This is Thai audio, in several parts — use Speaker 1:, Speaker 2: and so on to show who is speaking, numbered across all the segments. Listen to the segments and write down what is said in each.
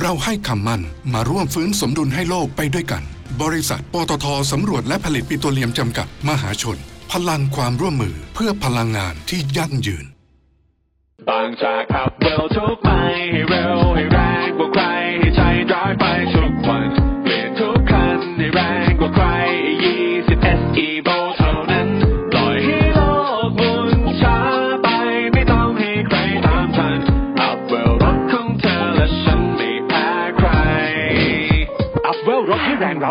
Speaker 1: เราให้คำมั่นมาร่วมฟื้นสมดุลให้โลกไปด้วยกัน บริษัทปตทสำรวจและผลิตปิโตรเลียมจำกัดมหาชน พลังความร่วมมือเพื่อพลังงานที่ยั่งยืน
Speaker 2: บางจากขับเร็วทุกไปให้เร็วให้แรงกว่าใครให้ใช้ดรายไปทุกวันเปลี่ยนทุกคันให้แรงกว่าใคร20 SE v o เท่านั้นปล่อยให้โลกหมุนช้าไปไม่ต้องให้ใครตามทันอัพเวลรถของเธอและฉันไม่แพ้ใคร อัพเวลรถให้แรงเร้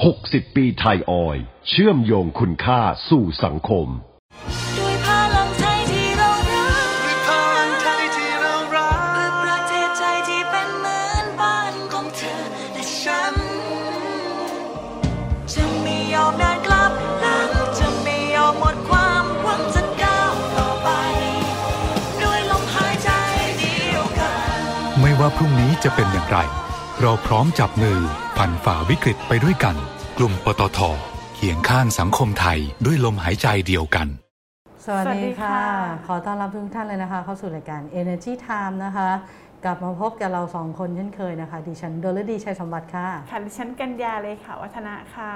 Speaker 3: 60 ปีไทยออยล์เชื่อมโยงคุณค่าสู่สังคม
Speaker 4: ด้วยพลังไทยที่เรารัก
Speaker 5: ด้วยพลังไทยที่เรารั
Speaker 4: เพื่อก ประเทศไทยที่เป็นเหมือนบ้านของเธอและฉัน จะไม่ยอมเดินกลับหลัง จะไม่ยอมหมดความหวังจะก้าวต่อไป ด้วยลมหายใจเดียวกัน
Speaker 6: ไม่ว่าพรุ่งนี้จะเป็นอย่างไร เราพร้อมจับมือผ่านฝ่าวิกฤตไปด้วยกัน กลุ่มปตทเคียงข้างสังคมไทยด้วยลมหายใจเดียวกัน
Speaker 7: สวัสดีค่ะ
Speaker 8: สวัสดีค่ะ
Speaker 7: ขอต้อนรับทุกท่านเลยนะคะ เข้าสู่รายการ Energy Time นะคะ กลับมาพบกับเราสองคนเช่นเคยนะคะ ดิฉันดลดีชัยสมบัติค่ะ
Speaker 8: ค่ะดิฉันกัญญาเลยค่ะ วัฒนะค่ะ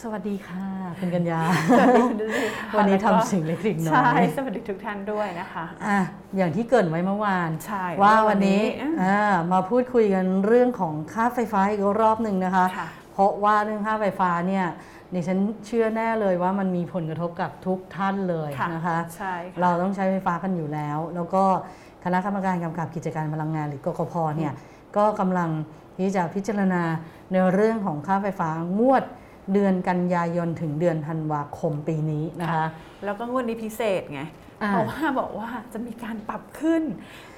Speaker 7: สวัสดีค่ะ คุณกัญญา
Speaker 8: สวัสดีคุณดุสิตค่ะ
Speaker 7: วันนี้
Speaker 8: แว
Speaker 7: ทำสิ่งเล็กๆน้อย
Speaker 8: ใช่สวัสดีทุกท่านด้วยนะคะ
Speaker 7: อ่ะอย่างที่เกรินไว้เมื่อวาน
Speaker 8: ใช่
Speaker 7: ว่าวันนี้
Speaker 8: วันนี้
Speaker 7: อ่ามาพูดคุยกันเรื่องของค่าไฟฟ้าอีกรอบหนึ่งนะคะ
Speaker 8: ค่ะ
Speaker 7: เพราะว่าเรื่องค่าไฟฟ้าเนี่ยดิฉันเชื่อแน่เลยว่ามันมีผลกระทบกับทุกท่านเลยนะคะ
Speaker 8: ใช่ค่ะ
Speaker 7: เราต้องใช้ไฟฟ้ากันอยู่แล้ว แล้วก็คณะกรรมการกำกับกิจการพลังงานหรือกกพเนี่ยก็กำลังที่จะพิจารณาในเรื่องของค่าไฟฟ้างวดเดือนกันยายนถึงเดือนธันวาคมปีนี้นะคะ
Speaker 8: แล้วก็งวดนี้พิเศษไง
Speaker 7: อ่า
Speaker 8: เพราะว่าบอกว่าจะมีการปรับขึ้น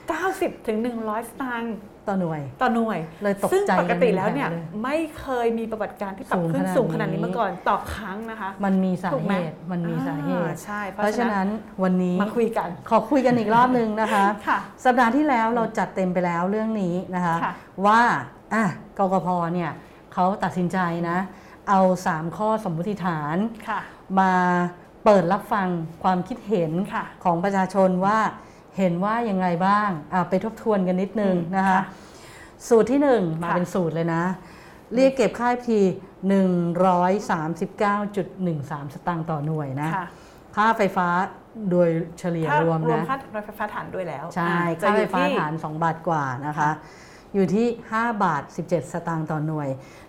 Speaker 8: 90ถึง100 สตางค์
Speaker 7: ต่อหน่วย
Speaker 8: ต่อหน่วย
Speaker 7: เลยตกใจ
Speaker 8: ซึ่งปกติแล้วเนี่ย
Speaker 7: เลย
Speaker 8: ไม่เคยมีประวัติการที่ปรับขึ้น
Speaker 7: สู
Speaker 8: สู
Speaker 7: ง
Speaker 8: ง
Speaker 7: ข
Speaker 8: ข
Speaker 7: นา
Speaker 8: นา
Speaker 7: ด
Speaker 8: ด
Speaker 7: นี้
Speaker 8: นี้มาก่อนต่อครั้งนะคะ
Speaker 7: มันมีสา
Speaker 8: ถูก
Speaker 7: เห
Speaker 8: ไหม
Speaker 7: ตุมันมีสาเหตุ
Speaker 8: อ่าใช่เพ
Speaker 7: เพ
Speaker 8: ราะ
Speaker 7: ราะฉะ
Speaker 8: ฉะนั้
Speaker 7: นั้น
Speaker 8: น
Speaker 7: วันนี้
Speaker 8: มาคุยกัน
Speaker 7: ขอคุยกันอีกรอบหนึงนะคะ
Speaker 8: ค่ะ
Speaker 7: สัปดาห์ที่แล้วเราจัดเต็มไปแล้วเรื่องนี้นะคะ
Speaker 8: ค่ะ
Speaker 7: ว่าอ่ะกกพเนี่ยเขาตัดสินใจนะ เอา 3 ข้อสมมติฐาน
Speaker 8: ค่ะ
Speaker 7: มาเปิดรับฟังความคิดเห็น
Speaker 8: ค่ะ
Speaker 7: ของประชาชนว่าเห็นว่ายังไงบ้างอ่ะไปทบทวนกันนิดนึง
Speaker 8: อืม
Speaker 7: นะคะ
Speaker 8: ค่ะ
Speaker 7: สูตรที่ 1 มา
Speaker 8: ค่ะ
Speaker 7: เป็นสูตรเลยนะ เรียกเก็บค่า IP 139.13 สตางค์ต่อหน่วยนะ
Speaker 8: ค่ะ
Speaker 7: ค่าไฟฟ้าโดยเฉลี่ย
Speaker 8: ถ้าร ร
Speaker 7: ว
Speaker 8: ว
Speaker 7: ม
Speaker 8: ม
Speaker 7: นะ
Speaker 8: ค่ารถไฟฟ้าฐานด้วยแล้ว
Speaker 7: ใช่
Speaker 8: อ่จะ
Speaker 7: ค่า
Speaker 8: อ
Speaker 7: ไฟ
Speaker 8: ยู่
Speaker 7: ฟ้า
Speaker 8: ที่
Speaker 7: ฐาน 2 บาทกว่านะคะ อยู่ที่ 5 บาท 17 สตางค์ต่อหน่วย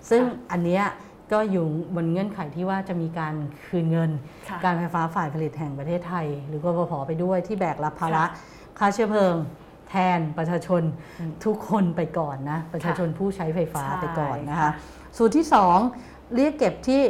Speaker 7: ซึ่งอันเนี้ยก็อยู่บนเงื่อนไขที่ว่าจะมีการคืนเงิน
Speaker 8: ค่ะ
Speaker 7: การไฟฟ้าฝ่ายผลิตแห่งประเทศไทย หรือกบพไปด้วยที่แบกรับภาระ ค่าเชื้อเพลิง แทนประชาชนทุกคนไปก่อนนะ ประชาชนผู้ใช้ไฟฟ้า
Speaker 8: ใช่
Speaker 7: ไปก่อนนะคะ
Speaker 8: ค่ะ
Speaker 7: สูตรที่ 2 เรียกเก็บที่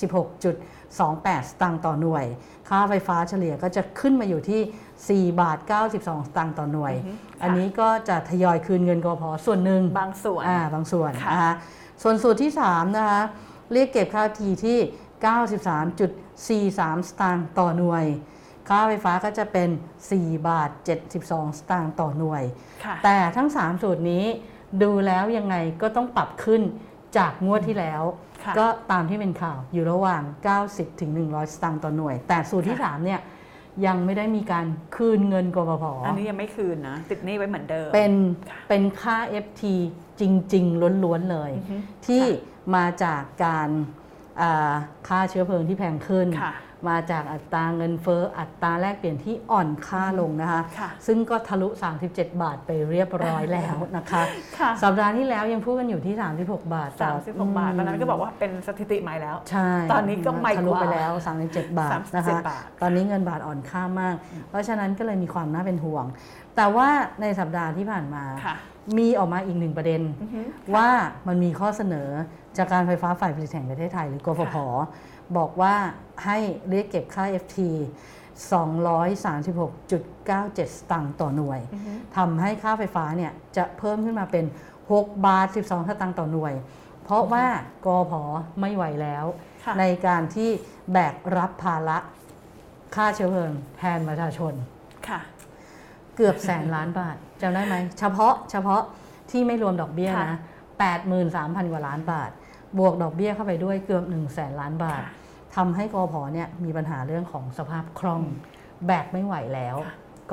Speaker 7: 116.28 สตางค์ต่อหน่วย ค่าไฟฟ้าเฉลี่ยก็จะขึ้นมาอยู่ที่ 4 บาท 92 สตางค์ต่อหน่วย อันนี้ก็จะทยอยคืนเงินกพส่วนหนึ่ง
Speaker 8: บางส่วน
Speaker 7: อ่าบางส่วน
Speaker 8: ค่ะ
Speaker 7: นะคะส่วนสูตรที่ 3 นะคะ เรียกเก็บค่าทีที่ 93.43 สตางค์ต่อหน่วย ค่าไฟฟ้าก็จะเป็น 4 บาท 72 สตางค์ต่อหน่วย
Speaker 8: ค่ะ
Speaker 7: แต่ทั้ง 3 สูตรนี้ดูแล้วยังไงก็ต้องปรับขึ้น จากงวดที่แล้ว
Speaker 8: ค่ะ
Speaker 7: ก็ตามที่เป็นข่าวอยู่ระหว่าง 90ถึง100 สตางค์ต่อหน่วย แต่สูตรที่ 3 เนี่ยยังไม่ได้มีการคืนเงินกบพ
Speaker 8: อันนี้ยังไม่คืนนะ ติดหนี้ไว้เหมือนเดิม
Speaker 7: เป็นเป็นค่า FT จริง ๆ ล้วน ๆ เลย
Speaker 8: อือฮึ
Speaker 7: ที่มาจากการอ่าค่าเชื้อเพลิงที่แพงขึ้น
Speaker 8: ค่ะ
Speaker 7: มาจากอัตราเงินเฟ้ออัตราแลกเปลี่ยนที่อ่อนค่าลงนะคะ
Speaker 8: ค่ะ
Speaker 7: ซึ่งก็ทะลุ 37 บาทไปเรียบร้อยแล้วนะคะ
Speaker 8: ค่ะ
Speaker 7: สัปดาห์ที่แล้วยังพูดกันอยู่ที่ 36 บาท
Speaker 8: สามสิบหกบาทตอนนั้นก็บอกว่าเป็นสถิติใหม่แล้ว
Speaker 7: ใช่
Speaker 8: ตอนนี้ก็ไม่
Speaker 7: ทะลุ
Speaker 8: กว่า
Speaker 7: ไปแล้ว 37 บาทนะคะ
Speaker 8: 37บาท
Speaker 7: ตอนนี้เงินบาทอ่อนค่ามาก เพราะฉะนั้นก็เลยมีความน่าเป็นห่วง แต่ว่าในสัปดาห์ที่ผ่านมา
Speaker 8: ค่ะ
Speaker 7: มีออกมาอีกหนึ่งประเด็น
Speaker 8: อือฮึ
Speaker 7: ว่ามันมีข้อเสนอจากการไฟฟ้าฝ่ายผลิตแห่งประเทศไทยหรือกฟผ
Speaker 8: ค่ะ
Speaker 7: บอกว่าให้เรียกเก็บค่า FT 236.97 สตังค์ต่อหน่วย
Speaker 8: อือฮึ
Speaker 7: ทำให้ค่าไฟฟ้าเนี่ยจะเพิ่มขึ้นมาเป็น 6 บาท 12 สตางค์ต่อหน่วย เพราะว่ากอพอไม่ไหวแล้ว
Speaker 8: ค่ะ
Speaker 7: ในการที่แบกรับภาระค่าเชื้อเพลิงแทนประชาชน
Speaker 8: ค่ะ
Speaker 7: เกือบแสนล้านบาทจำได้ไหม เฉพาะเฉพาะที่ไม่รวมดอกเบี้ย
Speaker 8: ค่ะ
Speaker 7: นะ83,000 กว่าล้านบาท บวกดอกเบี้ยเข้าไปด้วยเกือบ1 0 0 0 0แสนล้านบาท
Speaker 8: ค่ะ
Speaker 7: ทำให้กอพอเนี่ยมีปัญหาเรื่องของสภาพคล่อง แบกไม่ไหวแล้ว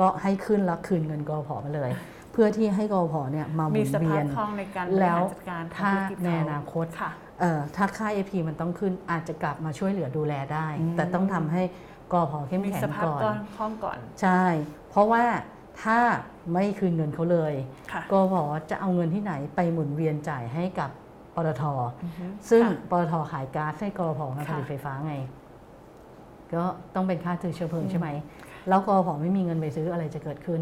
Speaker 7: ก็ให้ขึ้นแล้วคืนเงินกอพอมาเลย เพื่อที่ให้กอพอเนี่ยมาหมุ
Speaker 8: มี
Speaker 7: น
Speaker 8: สภา
Speaker 7: เวี
Speaker 8: พ
Speaker 7: ยน
Speaker 8: คล่องในการบริหาร
Speaker 7: แล้ว
Speaker 8: จัดการทำธุ
Speaker 7: ถ้าร
Speaker 8: กิจเขา
Speaker 7: ในอนาคต
Speaker 8: ค่ะ
Speaker 7: เอ่อถ้าค่า AP มันต้องขึ้นอาจจะกลับมาช่วยเหลือดูแลได้
Speaker 8: อืม
Speaker 7: แต่ต้องทำให้กอพอเข้ม
Speaker 8: มี
Speaker 7: แข็ง
Speaker 8: สภาพ
Speaker 7: ก่อน
Speaker 8: คล่องก่อน
Speaker 7: ใช่ เพราะว่าถ้าไม่คืนเงินเขาเลย
Speaker 8: ค่ะ
Speaker 7: กพจะเอาเงินที่ไหนไปหมุนเวียนจ่ายให้กับปตท
Speaker 8: อือฮึ
Speaker 7: ซึ่ง
Speaker 8: ค่ะ
Speaker 7: ปตทขายก๊าซให้กพมาผ
Speaker 8: ค่ะ
Speaker 7: ลิตไฟฟ้าไง ก็ต้องเป็นค่าซื้อเชื้อเพลิงใช่ไหม แล้วกพไม่มีเงินไปซื้ออะไรจะเกิดขึ้น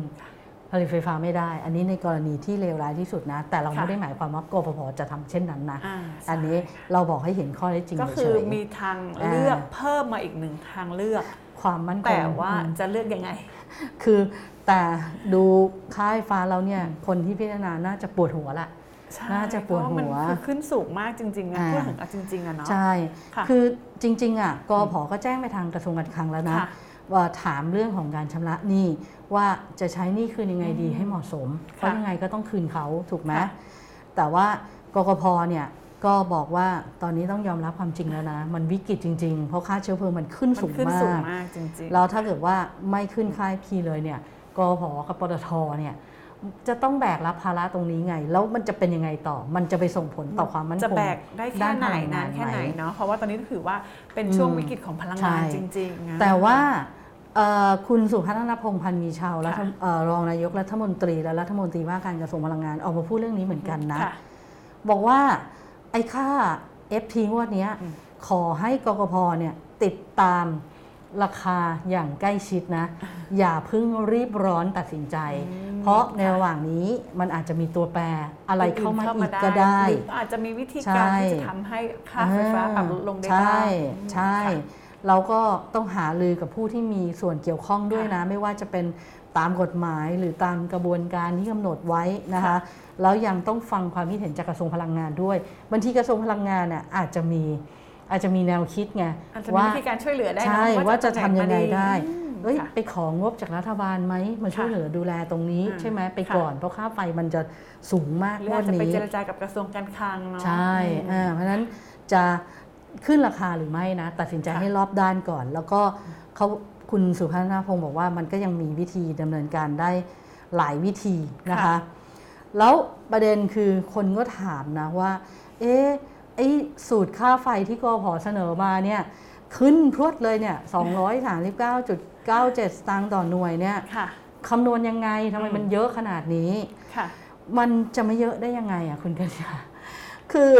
Speaker 7: ผลิตไฟฟ้าไม่ได้ อันนี้ในกรณีที่เลวร้ายที่สุดนะ แต่เรา
Speaker 8: ค่ะ
Speaker 7: ไม่ได้หมายความว่ากพจะทำเช่นนั้นนะ
Speaker 8: อ่า
Speaker 7: อันนี้เราบอกให้เห็นข้อเท็จจริง
Speaker 8: ก็
Speaker 7: เฉ
Speaker 8: คือย
Speaker 7: ๆ
Speaker 8: มีทางเลือก
Speaker 7: อ่า
Speaker 8: เพิ่มมาอีกหนึ่งทางเลือก
Speaker 7: ความมั่นคง
Speaker 8: แต่ว่าจะเลือกยังไง
Speaker 7: คือแต่ดูค่ายฟ้าแล้วเนี่ยคนที่พิจารณาน่าจะปวดหัวละ
Speaker 8: ใช่
Speaker 7: น่าจะปวดหัว
Speaker 8: เพรามันคือขึ้นสูงมากจริงๆนะ
Speaker 7: อ่า
Speaker 8: พูดถึงเอาจริงๆอะเนาะ
Speaker 7: ใช่
Speaker 8: ค่ะ
Speaker 7: คือจริงๆอ่ะกอผอก็แจ้งไปทางกระทรวงการคลังแล้วนะ
Speaker 8: ค่ะ
Speaker 7: ว่าถามเรื่องของการชำระหนี้ว่าจะใช้หนี้คืนยังไงดีให้เหมาะสม เพราะยังไงก็ต้องคืนเขาถูกไหม
Speaker 8: ค่ะ
Speaker 7: แต่ว่ากกพเนี่ยก็บอกว่าตอนนี้ต้องยอมรับความจริงแล้วนะ มันวิกฤตจริงๆ เพราะค่าเชื้อเพลิงมันขึ้น
Speaker 8: มั
Speaker 7: สู
Speaker 8: น
Speaker 7: ง
Speaker 8: ขึ้น
Speaker 7: มาก
Speaker 8: สูงมากจริงๆ
Speaker 7: แล้วถ้าเกิดว่าไม่ขึ้นค่ายพีเลยเนี่ยกพกับปตทเนี่ยจะต้องแบกรับภาระตรงนี้ไง แล้วมันจะเป็นยังไงต่อ มันจะไปส่งผลต่อความมั่นคง
Speaker 8: จะแบกได้แค่
Speaker 7: าน
Speaker 8: ไหน
Speaker 7: พลังง
Speaker 8: นานแค่ไหนเนาะเพราะว่าตอนนี้ก็ถือว่าเป็นช่วง
Speaker 7: อืม
Speaker 8: วิกฤตของพลังงาน
Speaker 7: ใช่
Speaker 8: จริงๆนะ
Speaker 7: แต่ว่าเอ่อคุณสุพัฒนพงษ์พันธ์มีชาวรัฐ
Speaker 8: ค่ะ
Speaker 7: เอ่อรองนายกรัฐมนตรีและรัฐมนตรีว่าการกระทรวงพลังงานออกมาพูดเรื่องนี้เหมือนกันนะ
Speaker 8: ค่ะ
Speaker 7: บอกว่าไอ้ค่า FT งวดเนี้ย
Speaker 8: อืม
Speaker 7: ขอให้กกพเนี่ยติดตามราคาอย่างใกล้ชิดนะ อย่าเพิ่งรีบร้อนตัดสินใจ
Speaker 8: อืม
Speaker 7: เพราะใน
Speaker 8: ค่ะ
Speaker 7: ระหว่างนี้มันอาจจะมีตัวแปรอะไรเข้ามาอีกก็ได้
Speaker 8: หรืออาจจะมีวิธีการ
Speaker 7: ใช่
Speaker 8: ที่จะทำให้ค่าไฟฟ้าปรับลดลงได้
Speaker 7: ใช
Speaker 8: บ้า
Speaker 7: ่
Speaker 8: ง
Speaker 7: ใช่ เราก็ต้องหาลือกับผู้ที่มีส่วนเกี่ยวข้องด้วยนะ ไม่ว่าจะเป็นตามกฎหมายหรือตามกระบวนการที่กำหนดไว้นะคะ
Speaker 8: ค่ะ
Speaker 7: แล้วยังต้องฟังความคิดเห็นจากกระทรวงพลังงานด้วยบางทีกระทรวงพลังงานน่ะอาจจะมีอาจจะมีแนวคิดไง
Speaker 8: อาจจะมีวิธีการช่วยเหลือได้นะ
Speaker 7: ใช่ว่า
Speaker 8: ว่า
Speaker 7: จะ
Speaker 8: จะ
Speaker 7: ทำยังไงได้
Speaker 8: อืม
Speaker 7: เอ้ย
Speaker 8: ค่ะ
Speaker 7: ไปของบจากรัฐบาลไหมมาช่วย
Speaker 8: ค่ะ
Speaker 7: เหลือดูแลตรงนี้
Speaker 8: อ่า
Speaker 7: ใช่ไหมไป
Speaker 8: ค่ะ
Speaker 7: ก่อนเพราะค่าไฟมันจะสูงมาก
Speaker 8: หรือ
Speaker 7: ว
Speaker 8: อา
Speaker 7: ด
Speaker 8: จจะ
Speaker 7: นี้
Speaker 8: ไปเจรจากับกระทรวงการคลังเนาะ
Speaker 7: ใช่อ่าเพราะฉะนั้นจะขึ้นราคาหรือไม่นะ ตัดสินใจ
Speaker 8: ค่ะ
Speaker 7: ให้รอบด้านก่อน แล้วก็เขาคุณสุพัฒนาพงศ์บอกว่ามันก็ยังมีวิธีดำเนินการได้หลายวิธีนะคะ
Speaker 8: ค่ะ
Speaker 7: แล้วประเด็นคือคนก็ถามนะว่า เอ๊ะไอ้สูตรค่าไฟที่กอพอเสนอมาเนี่ยขึ้นพรวดเลยเนี่ย 239.97 สตางค์ต่อหน่วยเนี่ย
Speaker 8: ค่ะ
Speaker 7: คำนวณยังไงทำไม
Speaker 8: อืม
Speaker 7: มันเยอะขนาดนี้
Speaker 8: ค่ะ
Speaker 7: มันจะไม่เยอะได้ยังไงอ่ะคุณกัญญา คือ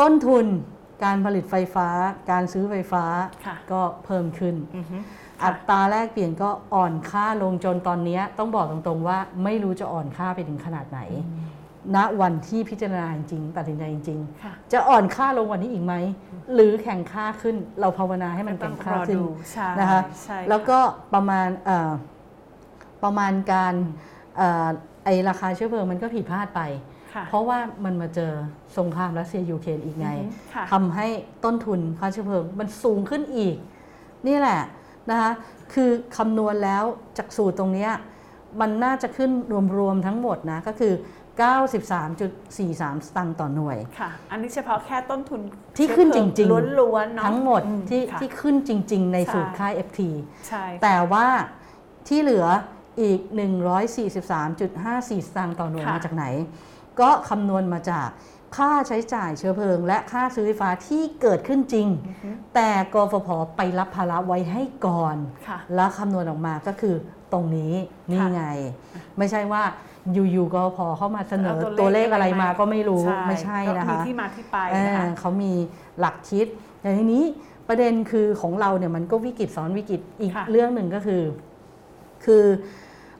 Speaker 7: ต้นทุนการผลิตไฟฟ้า การซื้อไฟฟ้า
Speaker 8: ค่ะ
Speaker 7: ก็เพิ่มขึ้น
Speaker 8: อือฮึ ค่ะ
Speaker 7: อัตราแลกเปลี่ยนก็อ่อนค่าลงจนตอนเนี้ยต้องบอกตรงๆว่าไม่รู้จะอ่อนค่าไปถึงขนาดไหน ณวันที่พิจารณาจริงๆตัดสินใจจริง ๆ
Speaker 8: ค่ะ
Speaker 7: จะอ่อนค่าลงกว่านี้อีกไหม หรือแข่งค่าขึ้นเราภาวนาให้มัน
Speaker 8: ต้
Speaker 7: แข่ง
Speaker 8: องร
Speaker 7: ค่า
Speaker 8: อ
Speaker 7: ขึ้น
Speaker 8: ดูใช่
Speaker 7: นะคะ
Speaker 8: ใช่
Speaker 7: แล้วก็ประมาณเอ่อประมาณการเอ่อไอราคาเชื้อเพลิงมันก็ผิดพลาดไป
Speaker 8: ค่ะ
Speaker 7: เพราะว่ามันมาเจอสงครามรัสเซียยูเครนอีกไง
Speaker 8: อือฮึค่ะ
Speaker 7: ทำให้ต้นทุนค่าเชื้อเพลิงมันสูงขึ้นอีก นี่แหละนะคะคือคำนวณแล้วจากสูตรตรงเนี้ยมันน่าจะขึ้นรวมๆทั้งหมดนะ ก็คือ 93.43 สตางค์ต่อหน่วย
Speaker 8: ค่ะ อันนี้เฉพาะแค่ต้นทุน
Speaker 7: ที่ขึ้นจริง
Speaker 8: เชื้อเพลิล้วนๆเนาะ
Speaker 7: ทั้งหมด
Speaker 8: อื
Speaker 7: ที่
Speaker 8: ค่ะ
Speaker 7: ที่ขึ้นจริง ๆ ใน
Speaker 8: ใช่
Speaker 7: สูตรค่าย FT
Speaker 8: ใช่ค่ะ
Speaker 7: แต่ว่าที่เหลืออีก 143.54 สตางค์ต่อหน่วย
Speaker 8: ค่ะ
Speaker 7: มาจากไหน ก็คำนวณมาจากค่าใช้จ่ายเชื้อเพลิง และค่าซื้อไฟฟ้าที่เกิดขึ้นจริง แต่กฟผไปรับภาระไว้ให้ก่อน
Speaker 8: ค่ะ
Speaker 7: แล้วคำนวณออกมาก็คือตรงนี้นี่ไง ไม่ใช่ว่าอยู่ๆกพเข้ามาเสนอ
Speaker 8: เอาตั
Speaker 7: ตัว
Speaker 8: ว
Speaker 7: เล
Speaker 8: เล
Speaker 7: ข
Speaker 8: ข
Speaker 7: อะไร
Speaker 8: อะไร
Speaker 7: มา
Speaker 8: มา
Speaker 7: ก็ไม่รู้ไม่ใช่นะ
Speaker 8: ก็มี
Speaker 7: คะ
Speaker 8: ที่มาที่ไปนะคะ
Speaker 7: เออเขามีหลักคิดแต่ทีนี้ประเด็นคือของเราเนี่ยมันก็วิกฤตซ้อนวิกฤตอีก
Speaker 8: ค่ะ
Speaker 7: เรื่องหนึ่งก็คือ คือ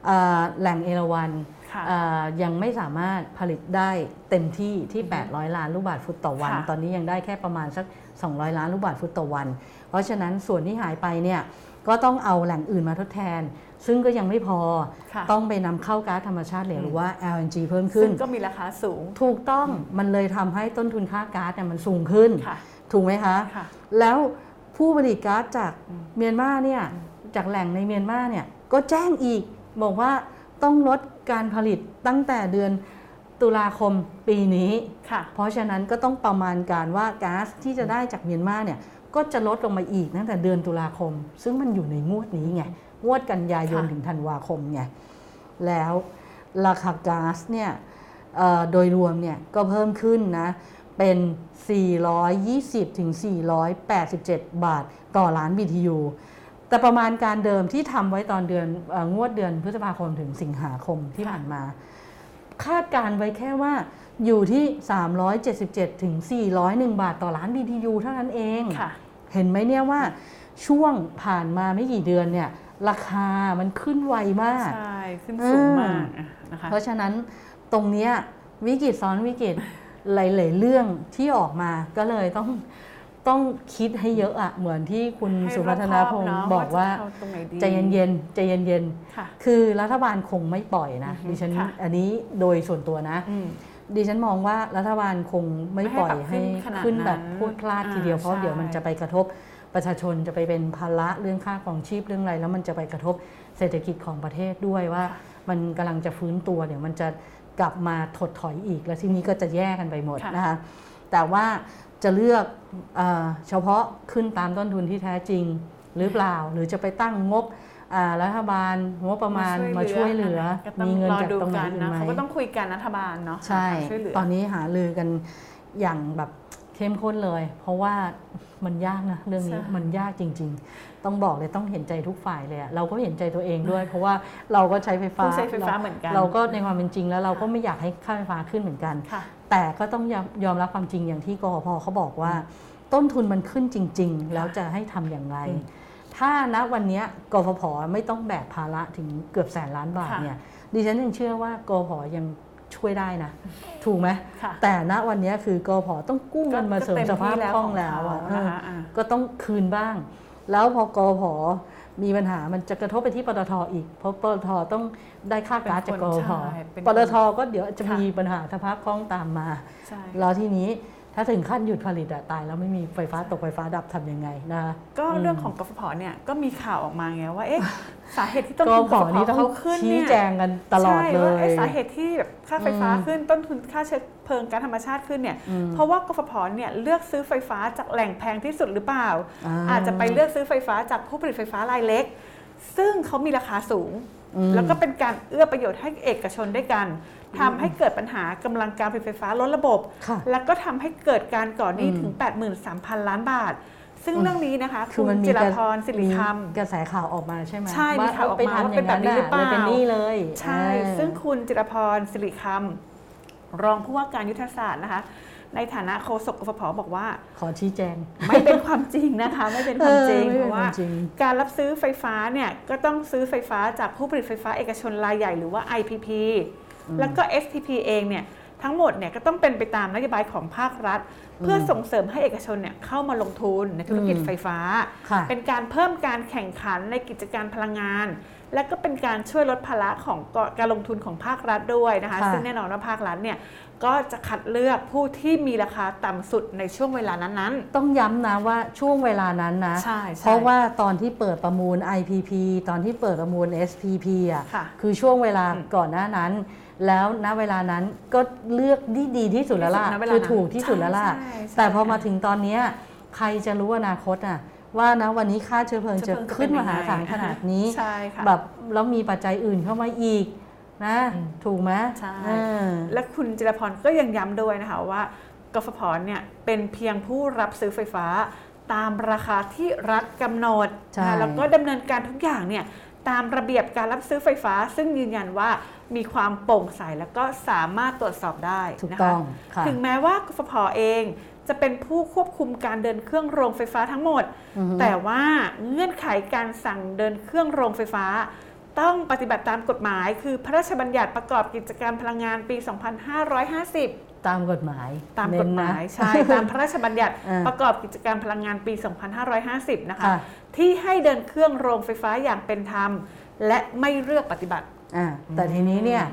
Speaker 7: เอ่อแหล่งเอราวัน
Speaker 8: ค่ะ
Speaker 7: เอ่อยังไม่สามารถผลิตได้เต็มที่ที่ 800 ล้านลูกบาทฟุตต่อวัน
Speaker 8: ค่ะ
Speaker 7: ตอนนี้ยังได้แค่ประมาณสัก 200 ล้านลูกบาทฟุตต่อวัน เพราะฉะนั้นส่วนที่หายไปเนี่ยก็ต้องเอาแหล่งอื่นมาทดแทน ซึ่งก็ยังไม่พอ
Speaker 8: ค่ะ
Speaker 7: ต้องไปนำเข้าก๊าซธรรมชาติเหลวหรือว่า LNG เพิ่มขึ้
Speaker 8: ซึ่
Speaker 7: น
Speaker 8: งก็มีราคาสูง
Speaker 7: ถูกต้องมันเลยทำให้ต้นทุนค่าก๊าซเนี่ยมันสูงขึ้น
Speaker 8: ค่ะ
Speaker 7: ถูกไหมคะ
Speaker 8: ค่ะ
Speaker 7: แล้วผู้ผลิตก๊าซจากเมียนมาเนี่ยจากแหล่งในเมียนมาเนี่ยก็แจ้งอีกบอกว่าต้องลดการผลิตตั้งแต่เดือนตุลาคมปีนี้
Speaker 8: ค่ะ
Speaker 7: เพราะฉะนั้นก็ต้องประมาณการว่าก๊าซที่จะได้จากเมียนมาเนี่ยก็จะลดลงมาอีกตั้งแต่เดือนตุลาคม ซึ่งมันอยู่ในงวดนี้ไงงวดกันยายน
Speaker 8: ค่ะ
Speaker 7: ถึงธันวาคมไงแล้วราคาก๊าซเนี่ยเอ่อโดยรวมเนี่ยก็เพิ่มขึ้นนะเป็น 420ถึง487 บาทต่อล้าน BTU แต่ประมาณการเดิมที่ทำไว้ตอนเดือนเอ่องวดเดือนพฤษภาคมถึงสิงหาคมที่ผ่านมา คาดการณ์ไว้แค่ว่าอยู่ที่ 377 ถึง 401 บาทต่อล้าน BTU เท่านั้นเอง
Speaker 8: ค่ะ
Speaker 7: เห็นไหมเนี่ยว่าช่วงผ่านมาไม่กี่เดือนเนี่ย ราคามันขึ้นไวมาก
Speaker 8: ใช่ ขึ้นสูงมากอ่ะนะคะ
Speaker 7: เพราะฉะนั้นตรงเนี้ยวิกฤตซ้อนวิกฤตหลาย ๆ เรื่องที่ออกมาก็เลยต้องต้องคิดให้เยอะอะเหมือนที่คุณ
Speaker 8: ให้
Speaker 7: สุพัฒนาพง
Speaker 8: รอบคอบเน
Speaker 7: ศ์
Speaker 8: อะ
Speaker 7: บอกว่า
Speaker 8: ว่าจะเข้าตรงไหนดี
Speaker 7: ใจเย็นๆใจเย็น
Speaker 8: ค่ะ
Speaker 7: ๆคือรัฐบาลคงไม่ปล่อยนะ
Speaker 8: อือฮึ
Speaker 7: ดิฉัน
Speaker 8: ค่ะ
Speaker 7: อันนี้โดยส่วนตัวนะ
Speaker 8: อืม
Speaker 7: ดิฉันมองว่ารัฐบาลคงไม่ปล่อยให้
Speaker 8: ไม่ให้ปรับขึ้
Speaker 7: ขึ้น
Speaker 8: นขนาดนั้น
Speaker 7: แบบพูดพลาดทีเดียว
Speaker 8: อ่า
Speaker 7: เพราะเดี๋ยว
Speaker 8: ใช่
Speaker 7: มันจะไปกระทบประชาชนจะไปเป็นภาระเรื่องค่าของชีพเรื่องอะไร แล้วมันจะไปกระทบเศรษฐกิจของประเทศด้วยว่า มันกำลังจะฟื้นตัวเดี๋ยวมันจะกลับมาถดถอยอีก แล้วทีนี้ก็จะแย่กันไปหมดนะคะแต่ว่าจะเลือกเอ่อเฉพาะขึ้นตามต้นทุนที่แท้จริงหรือเปล่า หรือจะไปตั้งงบอ่ารัฐบาลงบประมาณมาช่วยเหลือ
Speaker 8: ก็ต้
Speaker 7: มีเงิน
Speaker 8: อ
Speaker 7: จาก
Speaker 8: ดู
Speaker 7: ตรงไหน
Speaker 8: กั
Speaker 7: อีก
Speaker 8: นะ
Speaker 7: ไหม
Speaker 8: เขาก็ต้องคุยกันรัฐบาลเนาะ
Speaker 7: ใช่
Speaker 8: ช่วยเหลือ
Speaker 7: ตอนนี้หาลือกันอย่างแบบเข้มข้นเลย เพราะว่ามันยากนะเรื่องนี้
Speaker 8: ใช่
Speaker 7: มันยากจริง ๆ ต้องบอกเลยต้องเห็นใจทุกฝ่ายเลยอะเราก็เห็นใจตัวเองด้วย เพราะว่าเราก็ใช้ไฟฟ้า
Speaker 8: ผู้ใช้ไฟฟ้าเหมือนกัน
Speaker 7: เราก็ในความเป็นจริงแล้วเราก็ไม่อยากให้ค่าไฟฟ้าขึ้นเหมือนกัน
Speaker 8: ค่ะ
Speaker 7: แต่ก็ต้องยอมยอมรับความจริงอย่างที่กอพเขาบอกว่า ต้นทุนมันขึ้นจริง ๆ แล้วจะให้ทำอย่างไร ถ้าณวันเนี้ยกฟผไม่ต้องแบกภาระถึงเกือบแสนล้านบาท
Speaker 8: ค่ะ
Speaker 7: เนี่ยดิฉันยังเชื่อว่ากฟผยังช่วยได้นะ ถูกไหม
Speaker 8: ค่ะ
Speaker 7: แต่ณวันเนี้ยคือกฟผต้องกู้เงินมาเสริมสภาพคล่องแล้วอะ
Speaker 8: ก็เต็มที่แล้วของเขานะคะ
Speaker 7: เออ
Speaker 8: อ่า
Speaker 7: ก็ต้องคืนบ้าง แล้วพอกฟผมีปัญหามันจะกระทบไปที่ปตทอีก เพราะปตทต้องได้ค่าก๊าซจากก
Speaker 8: เป็นคน
Speaker 7: ฟผ
Speaker 8: ใช่เป็นคน
Speaker 7: ปตทก็เดี๋ยวจะ
Speaker 8: ค่ะ
Speaker 7: มีปัญหาสภาพคล่องตามมา
Speaker 8: ใช่
Speaker 7: แล้วทีนี้ถ้าถึงขั้นหยุดผลิตอะตายแล้วไม่มีไฟฟ้าตกไฟฟ้าดับทำยังไงนะคะ
Speaker 8: ก็เรื่องของกฟผเนี่ยก็มีข่าวออกมาไงว่าเอ๊ะสาเหตุที่ต้นทุน
Speaker 7: ก
Speaker 8: ก
Speaker 7: ฟผ
Speaker 8: ฟผ
Speaker 7: นี่ต้อง
Speaker 8: เขาขึ้น
Speaker 7: ชี้
Speaker 8: เนี่ย
Speaker 7: แจงกันตลอด
Speaker 8: ใช่ว่าอ๊ะ
Speaker 7: เลย
Speaker 8: สาเหตุที่แบบค่าไฟฟ้า
Speaker 7: อืม
Speaker 8: ขึ้นต้นทุนค่าเชื้อเพลิงก๊าซธรรมชาติขึ้นเนี่ยเพราะว่ากฟผเนี่ยเลือกซื้อไฟฟ้าจากแหล่งแพงที่สุดหรือเปล่า
Speaker 7: อ่า
Speaker 8: อาจจะไปเลือกซื้อไฟฟ้าจากผู้ผลิตไฟฟ้ารายเล็ก ซึ่งเขามีราคาสูง
Speaker 7: อืม
Speaker 8: แล้วก็เป็นการเอื้อประโยชน์ให้เอกชนด้วยกันทำให้เกิดปัญหากำลังการผลิตไฟฟ้าล้นระบบ
Speaker 7: ค่ะ
Speaker 8: แล้วก็ทำให้เกิดการก่อหนี้ถึง 83,000 ล้านบาท ซึ่งเรื่องนี้นะคะ
Speaker 7: คือ
Speaker 8: คุ
Speaker 7: มัน
Speaker 8: ณ
Speaker 7: มี
Speaker 8: จิร
Speaker 7: กะ
Speaker 8: พรสิริค
Speaker 7: มีกระแสข่าวออกมาใช่ไหม
Speaker 8: ำใช่มี
Speaker 7: ว่า
Speaker 8: ข่าวออก
Speaker 7: ไป
Speaker 8: มา
Speaker 7: ทำ
Speaker 8: ว่า
Speaker 7: อ
Speaker 8: เป็
Speaker 7: ย่าน ง
Speaker 8: แบ
Speaker 7: นั้
Speaker 8: บ
Speaker 7: น
Speaker 8: นี้หรือเป
Speaker 7: เลย
Speaker 8: ล่า
Speaker 7: เป็นหนี้เลย
Speaker 8: ใช่
Speaker 7: เออ
Speaker 8: ซึ่งคุณจิรพรสิริคำรองผู้ว่าการยุทธศาสตร์นะคะ ในฐานะโฆษกกฟผบอกว่า
Speaker 7: ขอชี้แจง
Speaker 8: ไม่เป็นความจริงนะคะ ไม่เป็นความจริง
Speaker 7: เออไม่
Speaker 8: เพ
Speaker 7: เป็น
Speaker 8: ราะว่า
Speaker 7: ความจริง
Speaker 8: การรับซื้อไฟฟ้าเนี่ยก็ต้องซื้อไฟฟ้าจากผู้ผลิตไฟฟ้าเอกชนรายใหญ่หรือว่า IPP แล้วก็ STP เองเนี่ยทั้งหมดเนี่ยก็ต้องเป็นไปตามนโยบายของภาครัฐ เพื่อส่งเสริมให้เอกชนเนี่ยเข้ามาลงทุนในธุรกิจไฟฟ้า
Speaker 7: ค่ะ
Speaker 8: เป็นการเพิ่มการแข่งขันในกิจการพลังงาน และก็เป็นการช่วยลดภาระของการลงทุนของภาครัฐด้วยนะคะ
Speaker 7: ค่ะ
Speaker 8: ซึ่งแน่นอนว่าภาครัฐเนี่ยก็จะคัดเลือกผู้ที่มีราคาต่ำสุดในช่วงเวลานั้นๆ
Speaker 7: ต้องย้ำนะว่าช่วงเวลานั้นนะ
Speaker 8: ใช่ใช่
Speaker 7: เพราะว่าตอนที่เปิดประมูล IPP ตอนที่เปิดประมูล SPP อ่ะ
Speaker 8: ค่ะ
Speaker 7: คือช่วงเวลา
Speaker 8: อืม
Speaker 7: ก่อนหน้านั้น แล้วณเวลานั้นก็เลือกที่ดีที่สุดแล้วล่ะ
Speaker 8: ที่สุดณเวลานั้น
Speaker 7: คือถูกที่สุดแล้วล่ะ
Speaker 8: ใช่ใช่ใช่
Speaker 7: แต่พอมา
Speaker 8: ค่ะ
Speaker 7: ถึงตอนเนี้ยใครจะรู้อนาคตอ่ะว่านะวันนี้ค่าเชื้อเพลิง
Speaker 8: เชื้
Speaker 7: จะ
Speaker 8: อเพลิงจะ
Speaker 7: ขึ้นมหาศาล
Speaker 8: เป็นยังไง
Speaker 7: ขนาดนี้
Speaker 8: ใช่ค่ะ
Speaker 7: แบบแล้วมีปัจจัยอื่นเข้ามาอีกนะ
Speaker 9: อืม
Speaker 7: ถูกไหม
Speaker 8: ใช่
Speaker 7: เออ
Speaker 8: และคุณจิรพรก็ยังย้ำด้วยนะคะว่ากฟผเนี่ยเป็นเพียงผู้รับซื้อไฟฟ้า ตามราคาที่รัฐกำหนด
Speaker 7: ใช่
Speaker 8: นะคะแล้วก็ดำเนินการทุกอย่างเนี่ยตามระเบียบการรับซื้อไฟฟ้า ซึ่งยืนยันว่ามีความโปร่งใสแล้วก็สามารถตรวจสอบได้
Speaker 7: ถูก
Speaker 8: นะ
Speaker 7: ต้อ
Speaker 8: คะ
Speaker 7: งค่ะ
Speaker 8: ถึงแม้ว่ากฟผเองจะเป็นผู้ควบคุมการเดินเครื่องโรงไฟฟ้าทั้งหมด แต่ว่าเงื่อนไขการสั่งเดินเครื่องโรงไฟฟ้า ต้องปฏิบัติตามกฎหมาย คือพระราชบัญญัติประกอบกิจการพลังงานปี 2550
Speaker 7: ตามกฎหมาย
Speaker 8: ตามกฎหมาย
Speaker 7: เน้นนะ
Speaker 8: ใช่ ตามพระราชบัญญัติ
Speaker 7: อ่า
Speaker 8: ประกอบกิจการพลังงานปี 2550 นะคะ
Speaker 7: ค่ะ
Speaker 8: ที่ให้เดินเครื่องโรงไฟฟ้าอย่างเป็นธรรม และไม่เลือกปฏิบัติ
Speaker 7: อ่าแต่ทีนี้เนี่ย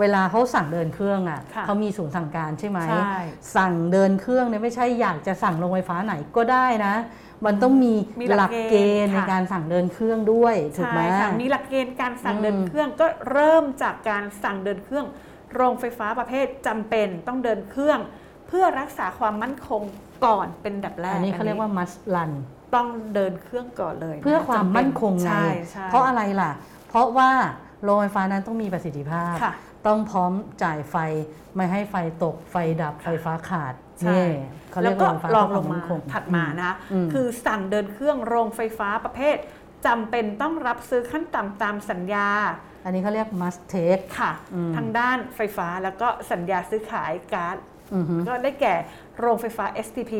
Speaker 7: เวลาเขาสั่งเดินเครื่องอ่ะ
Speaker 8: ค่ะ
Speaker 7: เขามีศูนย์สั่งการใช่ไหม
Speaker 8: ใช่
Speaker 7: สั่งเดินเครื่องเนี่ยไม่ใช่อยากจะสั่งโรงไฟฟ้าไหนก็ได้นะ มันต้องมี
Speaker 8: มี
Speaker 7: ห
Speaker 8: หลั
Speaker 7: ลั
Speaker 8: ก
Speaker 7: กเก
Speaker 8: เก
Speaker 7: ณ
Speaker 8: ณฑ์
Speaker 7: ฑ์ใน
Speaker 8: ค่ะ
Speaker 7: การสั่งเดินเครื่องด้วยถูกไหม
Speaker 8: ใช่ค่ะมีหลักเกณฑ์การสั่ง
Speaker 7: อืม
Speaker 8: เดินเครื่องก็เริ่มจากการสั่งเดินเครื่อง โรงไฟฟ้าประเภทจำเป็นต้องเดินเครื่อง เพื่อรักษาความมั่นคงก่อนเป็นอันดับแรก
Speaker 7: อันนี้เขาเรียกว่ามัสลัน
Speaker 8: ต้องเดินเครื่องก่อนเลยนะ
Speaker 7: เพื่อความมั่นคงไง
Speaker 8: ใช่ใช่
Speaker 7: เพราะอะไรล่ะ เพราะว่าโรงไฟฟ้านั้นต้องมีประสิทธิภาพ
Speaker 8: ค่ะ
Speaker 7: ต้องพร้อมจ่ายไฟไม่ให้ไฟตกไฟดับไฟฟ้าขาด
Speaker 8: ใช่
Speaker 7: นี่เขาเรี
Speaker 8: แล้
Speaker 7: ยว ก
Speaker 8: ก็
Speaker 7: ว่าโรงไฟฟ้า
Speaker 8: ลองลง
Speaker 7: คว
Speaker 8: มา
Speaker 7: คง
Speaker 8: ถัดมานะ
Speaker 7: อืม
Speaker 8: คือสั่งเดินเครื่องโรงไฟฟ้าประเภทจำเป็นต้องรับซื้อขั้นต่ำตามสัญญา
Speaker 7: อันนี้เขาเรียกมัสเทส
Speaker 8: ค่ะ
Speaker 7: อืม
Speaker 8: ทางด้านไฟฟ้าแล้วก็สัญญาซื้อขายก๊าซ
Speaker 7: อือฮึ
Speaker 8: ก็ได้แก่โรงไฟฟ้า STP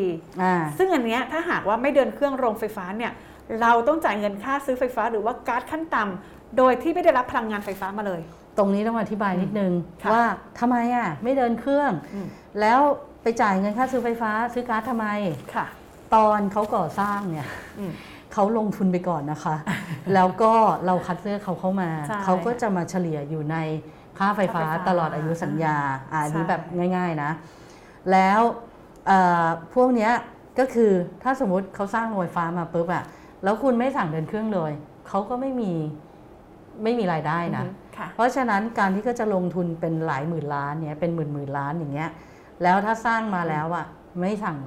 Speaker 7: อ่า
Speaker 8: ซึ่งอันเนี้ยถ้าหากว่าไม่เดินเครื่องโรงไฟฟ้าเนี่ยเราต้องจ่ายเงินค่าซื้อไฟฟ้าหรือว่าก๊าซขั้นต่ำโดยที่ไม่ได้รับพลังงานไฟฟ้ามาเลย
Speaker 7: ตรงนี้ต้องอธิบายนิดนึง
Speaker 8: ค่ะ
Speaker 7: ว่าทำไมอ่ะไม่เดินเครื่อง
Speaker 8: อืม
Speaker 7: แล้วไปจ่ายเงินค่าซื้อไฟฟ้าซื้อก๊าซทำไม
Speaker 8: ค่ะ
Speaker 7: ตอนเขาก่อสร้างเนี่ย
Speaker 8: อืม
Speaker 7: เขาลงทุนไปก่อนนะคะ แล้วก็เราคัดเลือกเขาเข้ามา
Speaker 8: ใช่
Speaker 7: เขาก็จะมาเฉลี่ยอยู่ในค่าไฟฟ้า
Speaker 8: ค่าไฟฟ้า
Speaker 7: ตลอดอายุสัญญาอะอันนี้
Speaker 8: ใช่
Speaker 7: แบบง่ายๆนะ แล้วเอ่อพวกเนี้ยก็คือถ้าสมมติเขาสร้างโรงไฟฟ้ามาปุ๊บอะแล้วคุณไม่สั่งเดินเครื่องเลยเขาก็ไม่มีไม่มีรายได้นะ
Speaker 8: ค่ะ
Speaker 7: เพราะฉะนั้นการที่ก็จะลงทุนเป็นหลายหมื่นล้านเนี่ยเป็นหมื่นหมื่นล้านอย่างเงี้ยแล้วถ้าสร้างมาแล้วอะไม่สั่ง